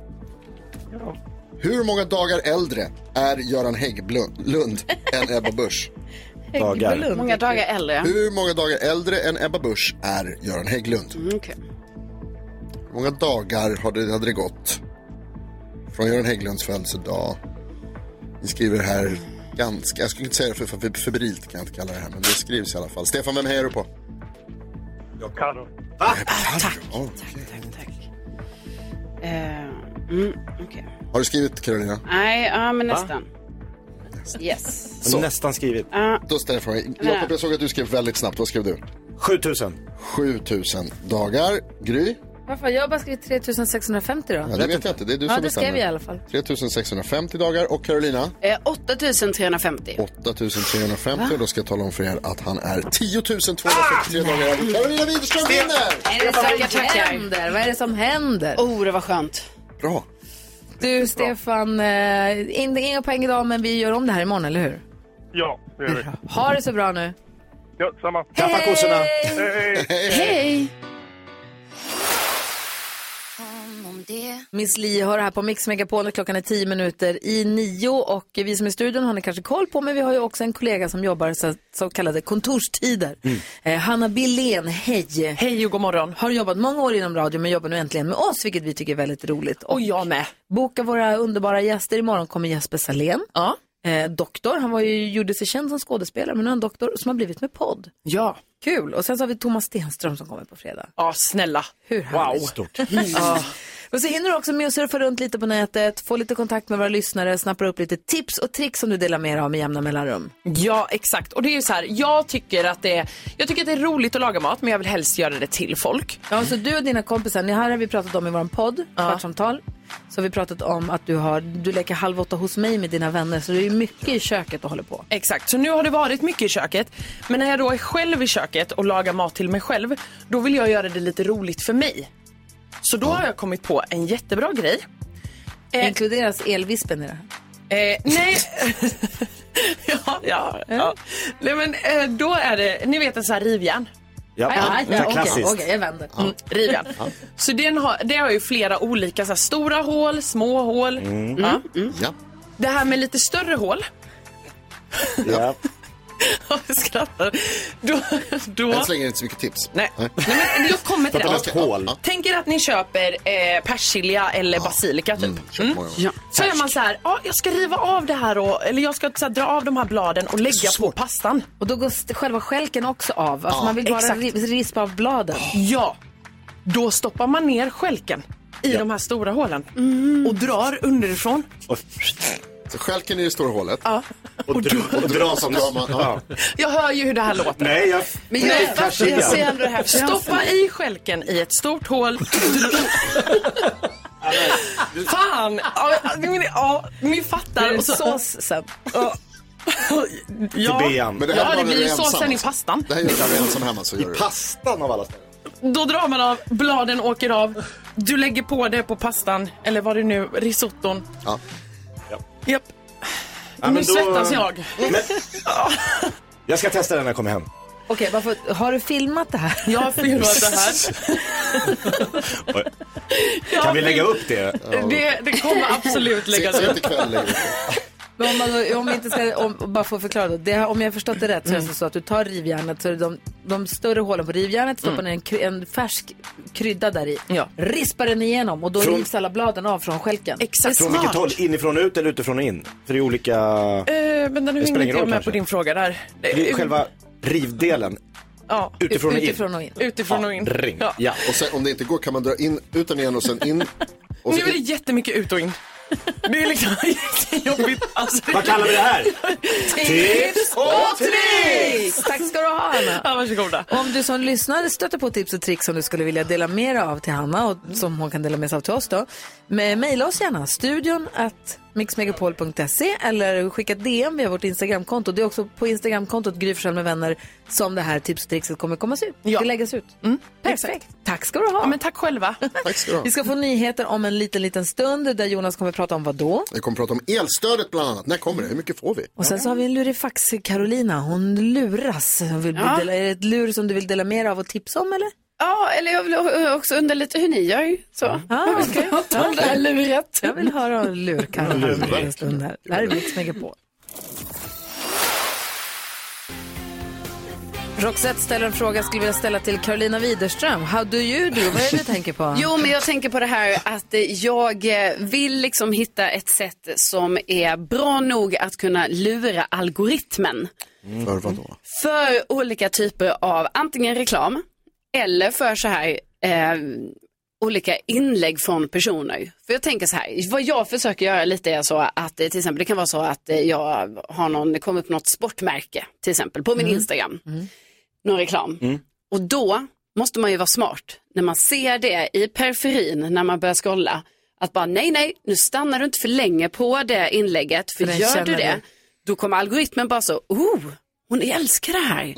Speaker 4: Hur många dagar äldre är Göran Hägglund Lund än Ebba Busch?
Speaker 3: Hägglund. Många dagar äldre.
Speaker 4: Hur många dagar äldre än Ebba Busch är Göran Hägglund?
Speaker 3: Mm, okej.
Speaker 4: Hur många dagar har det, hade det gått från Göran Hägglunds födelsedag? Ni skriver här ganska, jag skulle inte säga det för, för, för febrilt kan jag inte kalla det här, men det skrivs i alla fall. Stefan, vem hejar du på?
Speaker 19: Jag kan då.
Speaker 4: Ja.
Speaker 3: Eh, mm, okej.
Speaker 4: Har du skrivit Carolina?
Speaker 3: Nej, ja men
Speaker 4: Va?
Speaker 3: nästan. Yes.
Speaker 4: Nästan skrivit. Då ställer jag frågan.
Speaker 3: Men-
Speaker 4: Jakob, jag såg att du skrev väldigt snabbt. Vad skrev du? 7000. 7000 dagar. Gry?
Speaker 1: Varför? Jag har bara skrivit 3650 då.
Speaker 4: Ja, det vet jag inte, det är du
Speaker 1: ja,
Speaker 4: som
Speaker 1: det skrev
Speaker 4: bestämmer.
Speaker 1: jag i alla fall.
Speaker 4: 3650 dagar och Carolina?
Speaker 3: Eh, 8350.
Speaker 4: 8350.
Speaker 3: Va?
Speaker 4: Då ska jag tala om för er att han är 10 243
Speaker 20: Ah!
Speaker 4: dagar äldre. Carolina Widerström
Speaker 3: Sten-
Speaker 4: vinner!
Speaker 1: Är det
Speaker 3: Tackar,
Speaker 1: som
Speaker 3: tackar.
Speaker 1: händer? Vad är det som händer?
Speaker 3: Oh, det var skönt.
Speaker 4: Bra.
Speaker 1: Du, Stefan, eh, in- inga poäng idag, men vi gör om det här imorgon, eller hur?
Speaker 19: Ja, det gör vi.
Speaker 1: Ha det så bra nu.
Speaker 19: Ja, samma.
Speaker 1: Klappa kossorna.
Speaker 19: Hej!
Speaker 1: Hej! Miss Li hör här på Mix Megapol. Klockan är tio minuter i nio och vi som är i studion har ni kanske koll på, men vi har ju också en kollega som jobbar så, så kallade kontorstider. Eh, Hanna Billén, hej! Hej och god morgon! Har jobbat många år inom radio men jobbar nu äntligen med oss, vilket vi tycker är väldigt roligt. Och, jag med! Boka våra underbara gäster. Imorgon kommer Jesper Salén. Ja. Eh, doktor, han var ju, gjorde sig känd som skådespelare men nu är han doktor som har blivit med podd. Ja. Kul! Och sen så har vi Thomas Stenström som kommer på fredag.
Speaker 20: Ja, snälla.
Speaker 1: Hur
Speaker 20: wow.
Speaker 1: Stort. Och så hinner du också med att surfa runt lite på nätet, få lite kontakt med våra lyssnare, snappa upp lite tips och tricks som du delar med dig av med jämna mellanrum.
Speaker 20: Ja, exakt. Och det är ju så här, jag tycker att det är, jag tycker att det är roligt att laga mat, men jag vill helst göra det till folk.
Speaker 1: Ja, så du och dina kompisar, ni här har vi pratat om i vår podd, Kvartsamtal. Så har vi pratat om att du, har, du leker halv åtta hos mig med dina vänner, så det är mycket i köket och håller på.
Speaker 20: Exakt, så nu har det varit mycket i köket. Men när jag då är själv i köket och lagar mat till mig själv, då vill jag göra det lite roligt för mig. Så då har jag kommit på en jättebra grej.
Speaker 1: Inkluderas elvispen i det här?
Speaker 20: Eh, nej. ja, ja, ja. Nej, men eh, då är det, ni vet en sån här rivjärn.
Speaker 1: Ja, ja, ja, okej,
Speaker 20: klassiskt.
Speaker 1: okej, jag vänder.
Speaker 20: Mm, rivjärn. Så den har, det har ju flera olika, så här, stora hål, små hål. Ja.
Speaker 4: Ja.
Speaker 20: Det här med lite större hål.
Speaker 4: Ja.
Speaker 20: Jag skrattar. Då, då...
Speaker 4: Än så länge är det inte så mycket tips.
Speaker 20: Nej. Nej, men jag kommer till
Speaker 4: För att det är ett hål.
Speaker 20: Tänk er att ni köper eh, persilja eller basilika typ. Mm.
Speaker 4: Ja.
Speaker 20: Så är man så här, ja, jag ska riva av det här och, eller jag ska så här, dra av de här bladen och lägga på pastan.
Speaker 1: Och då går st- själva skälken också av. Alltså man vill bara
Speaker 20: Exakt.
Speaker 1: ri- rispa av bladen.
Speaker 20: Ja, då stoppar man ner skälken i de här stora hålen
Speaker 1: Mm.
Speaker 20: och drar underifrån.
Speaker 4: Så stjälken är i det stora hålet.
Speaker 20: Ja.
Speaker 4: Och, dra, och dra som drar man. Ja.
Speaker 20: Jag hör ju hur det här låter.
Speaker 4: Nej, jag-
Speaker 20: Men
Speaker 4: Nej,
Speaker 20: jag, jag,
Speaker 4: kanske
Speaker 20: jag
Speaker 4: igen.
Speaker 20: ser ändå det här. Stoppa i skälken i ett stort hål. Fan! Ja, men, ja, ni fattar.
Speaker 1: Blir det
Speaker 20: Och så-
Speaker 1: sås sen?
Speaker 20: Ja. Ja,
Speaker 4: bean. Men det här
Speaker 20: ja, det
Speaker 4: lagar du
Speaker 20: blir ju
Speaker 4: ensam,
Speaker 20: såsen i
Speaker 4: alltså?
Speaker 20: pastan.
Speaker 4: Det här gör du ensam hemma. Så gör du. det.
Speaker 2: Pastan av alla ställen.
Speaker 20: Då drar man av, bladen åker av. Du lägger på det på pastan, eller vad det nu, risotton.
Speaker 4: Ja.
Speaker 20: Japp.
Speaker 2: Ja,
Speaker 20: nu
Speaker 2: men då-
Speaker 20: svettas jag.
Speaker 2: Jag ska testa den när jag kommer hem.
Speaker 1: Okej, bara för- har du filmat det här?
Speaker 20: Jag har filmat det här.
Speaker 2: Kan vi lägga upp det?
Speaker 20: Det, det kommer absolut läggas
Speaker 1: Sitt-
Speaker 20: upp.
Speaker 1: sitt ikväll Men om, man då, om vi inte ska, om, bara för att förklara då. Det, här- om jag har förstått det rätt så är det
Speaker 20: Mm.
Speaker 1: så att du tar rivjärnet, så är det de, de större hålen på rivjärnet, stoppar
Speaker 20: Mm.
Speaker 1: ner en, kry- en färsk krydda där i, rispar den igenom och då
Speaker 2: Från-
Speaker 1: rivs alla bladen av från stjälken.
Speaker 20: Exakt.
Speaker 2: Från vilket håll? Inifrån och ut eller utifrån och in? För det är olika...
Speaker 20: Eh, men nu
Speaker 2: Det spelar
Speaker 20: hinner
Speaker 2: ingen
Speaker 20: inte jag
Speaker 2: roll,
Speaker 20: med
Speaker 2: kanske.
Speaker 20: på din fråga där.
Speaker 2: Det är själva rivdelen.
Speaker 20: ja.
Speaker 2: Utifrån och in.
Speaker 20: utifrån och in. Utifrån och in.
Speaker 2: Ring.
Speaker 20: Ja.
Speaker 4: Ja. Och sen, om det inte går kan man dra in, ut den igen och sen in. Och
Speaker 20: Nu
Speaker 4: så
Speaker 20: är det
Speaker 4: in.
Speaker 20: jättemycket ut och in. Det är liksom jättejobbigt. Alltså,
Speaker 4: Vad kallar vi det här?
Speaker 1: Tips
Speaker 20: och
Speaker 1: tricks! Tack ska du ha, Hanna.
Speaker 20: Ja, varsågoda.
Speaker 1: Om du som lyssnar stöter på tips och tricks som du skulle vilja dela med dig av till Hanna och som hon kan dela med sig av till oss då. Men mejla oss gärna, studion at mixmegapol.se eller skicka DM via vårt Instagramkonto. Det är också på Instagramkontot Gry Forssell med vänner som det här tips och trickset kommer komma ut. Det läggas ut. Mm, Perfekt. Tack ska du ha.
Speaker 20: men tack själva.
Speaker 4: tack ska du ha.
Speaker 1: Vi ska få nyheter om en liten, liten stund där Jonas kommer prata om vad då?
Speaker 4: Vi kommer prata om elstödet bland annat. När kommer det? Hur mycket får vi?
Speaker 1: Och sen så har vi en lurifax, Carolina. Hon luras. Hon vill
Speaker 3: Ja.
Speaker 1: dela, är det ett lur som du vill dela med dig av och tipsa om eller?
Speaker 3: Ja, eller jag vill o- också undra lite hur ni gör. Så.
Speaker 1: Ah,
Speaker 3: okay. det här luret.
Speaker 1: Jag vill höra om lurkarna
Speaker 3: Lurig.
Speaker 1: här om en stund. Här. Det här är Mix Megapol. Roxette ställer en fråga jag skulle vilja ställa till Carolina Widerström. How do you do? Vad är det du tänker på?
Speaker 3: Jo, men jag tänker på det här att eh, jag eh, vill liksom hitta ett sätt som är bra nog att kunna lura algoritmen
Speaker 2: Mm.
Speaker 4: För vad då?
Speaker 3: för olika typer av antingen reklam eller för så här eh, olika inlägg från personer. För jag tänker så här, vad jag försöker göra lite är så att eh, till exempel det kan vara så att eh, jag har någon, det kommer
Speaker 20: Mm.
Speaker 3: upp något sportmärke till exempel på min Instagram, någon reklam. Och då måste man ju vara smart. När man ser det i periferin när man börjar scrolla, att bara nej, nej, nu stannar du inte för länge på det inlägget, för
Speaker 1: För den
Speaker 3: gör du
Speaker 1: känner
Speaker 3: det,
Speaker 1: du.
Speaker 3: då kommer algoritmen bara så, oh, hon älskar det här.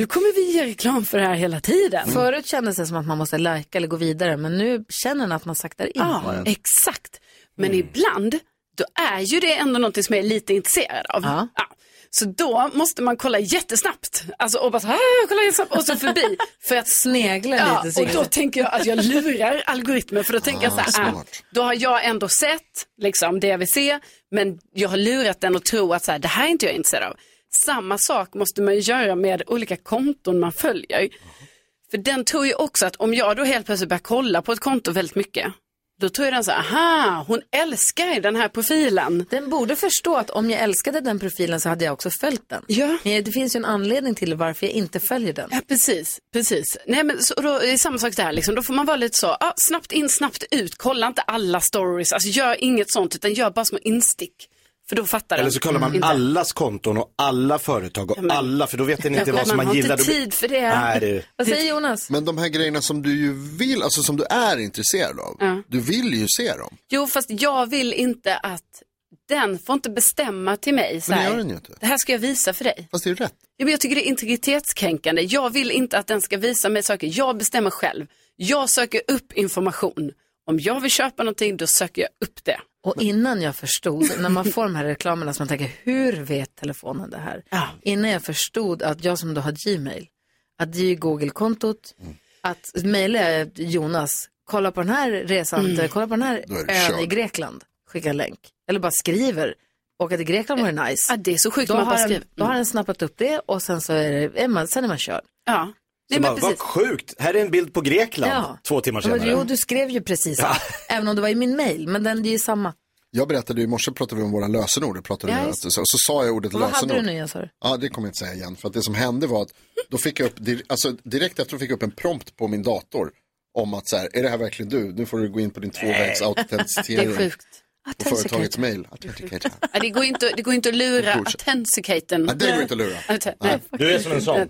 Speaker 3: Nu kommer vi ge reklam för det här hela tiden.
Speaker 1: Förut kändes det som att man måste lajka eller gå vidare, men nu känner den att man saktar in. på
Speaker 3: Ja,
Speaker 1: den.
Speaker 3: exakt. Men
Speaker 1: Mm.
Speaker 3: ibland, då är ju det ändå någonting som jag är lite intresserad av. Ja. Så då måste man kolla jättesnabbt. Alltså och bara så här, kolla jättesnabbt och så förbi. För att
Speaker 1: snegla
Speaker 3: ja,
Speaker 1: lite,
Speaker 3: Och
Speaker 1: Sigrid.
Speaker 3: då tänker jag att jag lurar algoritmen. För då tänker
Speaker 1: Ah,
Speaker 3: jag så här, ah,
Speaker 1: smart.
Speaker 3: då har jag ändå sett liksom, det jag vill se. Men jag har lurat den att tro att så här, det här är inte jag intresserad av. Samma sak måste man ju göra med olika konton man följer. För den tror ju också att om jag då helt plötsligt börjar kolla på ett konto väldigt mycket, då tror jag den så här, aha, hon älskar den här profilen.
Speaker 1: Den borde förstå att om jag älskade den profilen så hade jag också följt den.
Speaker 3: Ja.
Speaker 1: Men det finns ju en anledning till varför jag inte följer den.
Speaker 3: Ja, precis, precis. Nej, men så, och då, är det samma sak där, liksom. då får man vara lite så, ah, snabbt in, snabbt ut, kolla inte alla stories, alltså gör inget sånt, utan gör bara små instick. För då fattar
Speaker 2: Eller
Speaker 3: den
Speaker 2: så kollar man
Speaker 3: inte.
Speaker 2: allas konton och alla företag och alla, för då vet den inte vad som man, gillar. Då blir- Nej, det...
Speaker 1: Vad säger Jonas?
Speaker 4: Men de här grejerna som du ju vill, alltså som du är intresserad av.
Speaker 3: Ja.
Speaker 4: Du vill ju se dem.
Speaker 3: Jo, fast jag vill inte att den får inte bestämma till mig. Så
Speaker 4: Men det
Speaker 3: här,
Speaker 4: gör den ju inte.
Speaker 3: Det här ska jag visa för dig.
Speaker 4: Fast det är ju rätt.
Speaker 3: Ja, men jag tycker det är integritetskränkande. Jag vill inte att den ska visa mig saker. Jag bestämmer själv. Jag söker upp information. Om jag vill köpa någonting, då söker jag upp det.
Speaker 1: Och innan jag förstod, när man får de här reklamerna som man tänker, hur vet telefonen det här? Innan jag förstod att jag som då har Gmail, att det är ju Google-kontot, att mejlar jag Jonas, kolla på den här resan,
Speaker 3: Mm.
Speaker 1: kolla på den här
Speaker 3: Då är det
Speaker 1: ön i
Speaker 3: kört.
Speaker 1: Grekland, skicka en länk. Eller bara skriver, åka till Grekland vore nice.
Speaker 3: Ja, det är så sjukt
Speaker 1: då
Speaker 3: när man bara Mm.
Speaker 1: har den,
Speaker 3: skriver.
Speaker 1: Då har den snappat upp det och sen så är, det, är, man, sen är man körd.
Speaker 3: Mm. Ja.
Speaker 2: Så bara, vad sjukt, här är en bild på Grekland
Speaker 1: Ja.
Speaker 2: två timmar
Speaker 1: Men,
Speaker 2: senare.
Speaker 1: jo, du skrev ju precis, även om det var i min mejl, men den, det är ju samma.
Speaker 4: Jag berättade ju i morse, pratade vi om våra lösenord. det Pratade
Speaker 1: Ja,
Speaker 4: vi om,
Speaker 1: just
Speaker 4: så, så sa jag ordet
Speaker 1: Och vad hade
Speaker 4: lösenord.
Speaker 1: du nu igen, sa du?
Speaker 4: Ja, det kommer jag inte säga igen. För att det som hände var att då fick jag upp, dir- alltså direkt efter fick jag upp en prompt på min dator om att så här, är det här verkligen du? Nu får du gå in på din tvåvägs
Speaker 3: Det är
Speaker 4: autentisering
Speaker 3: sjukt.
Speaker 4: på företagets mejl.
Speaker 3: Ja, det, går inte, det går inte att lura authenticaten.
Speaker 4: Ja, det går inte att lura.
Speaker 3: Nej.
Speaker 2: Du är som en sån.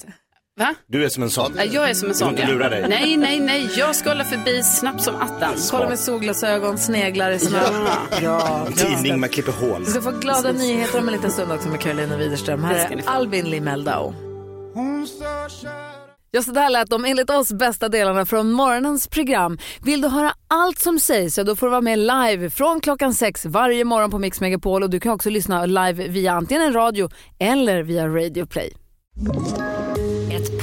Speaker 3: Va?
Speaker 2: Du är som en sån.
Speaker 3: Ja, jag är som en sån.
Speaker 2: Du får inte lura dig.
Speaker 3: Nej, nej, nej. Jag scrollar förbi snabbt som attan.
Speaker 1: Kolla med solglasögon, sneglar i snö. Ja.
Speaker 2: En tidning man klipper hål.
Speaker 1: Vi ska få glada nyheter om en liten stund också med Karolina Widerström. Här
Speaker 2: Det ska
Speaker 1: är
Speaker 2: ni få.
Speaker 1: Albin Limeldau. Ja, så där lät de enligt oss bästa delarna från morgonens program. Vill du höra allt som sägs så då får du vara med live från klockan sex varje morgon på Mix Megapol och du kan också lyssna live via antingen en radio eller via Radio Play.
Speaker 13: Ett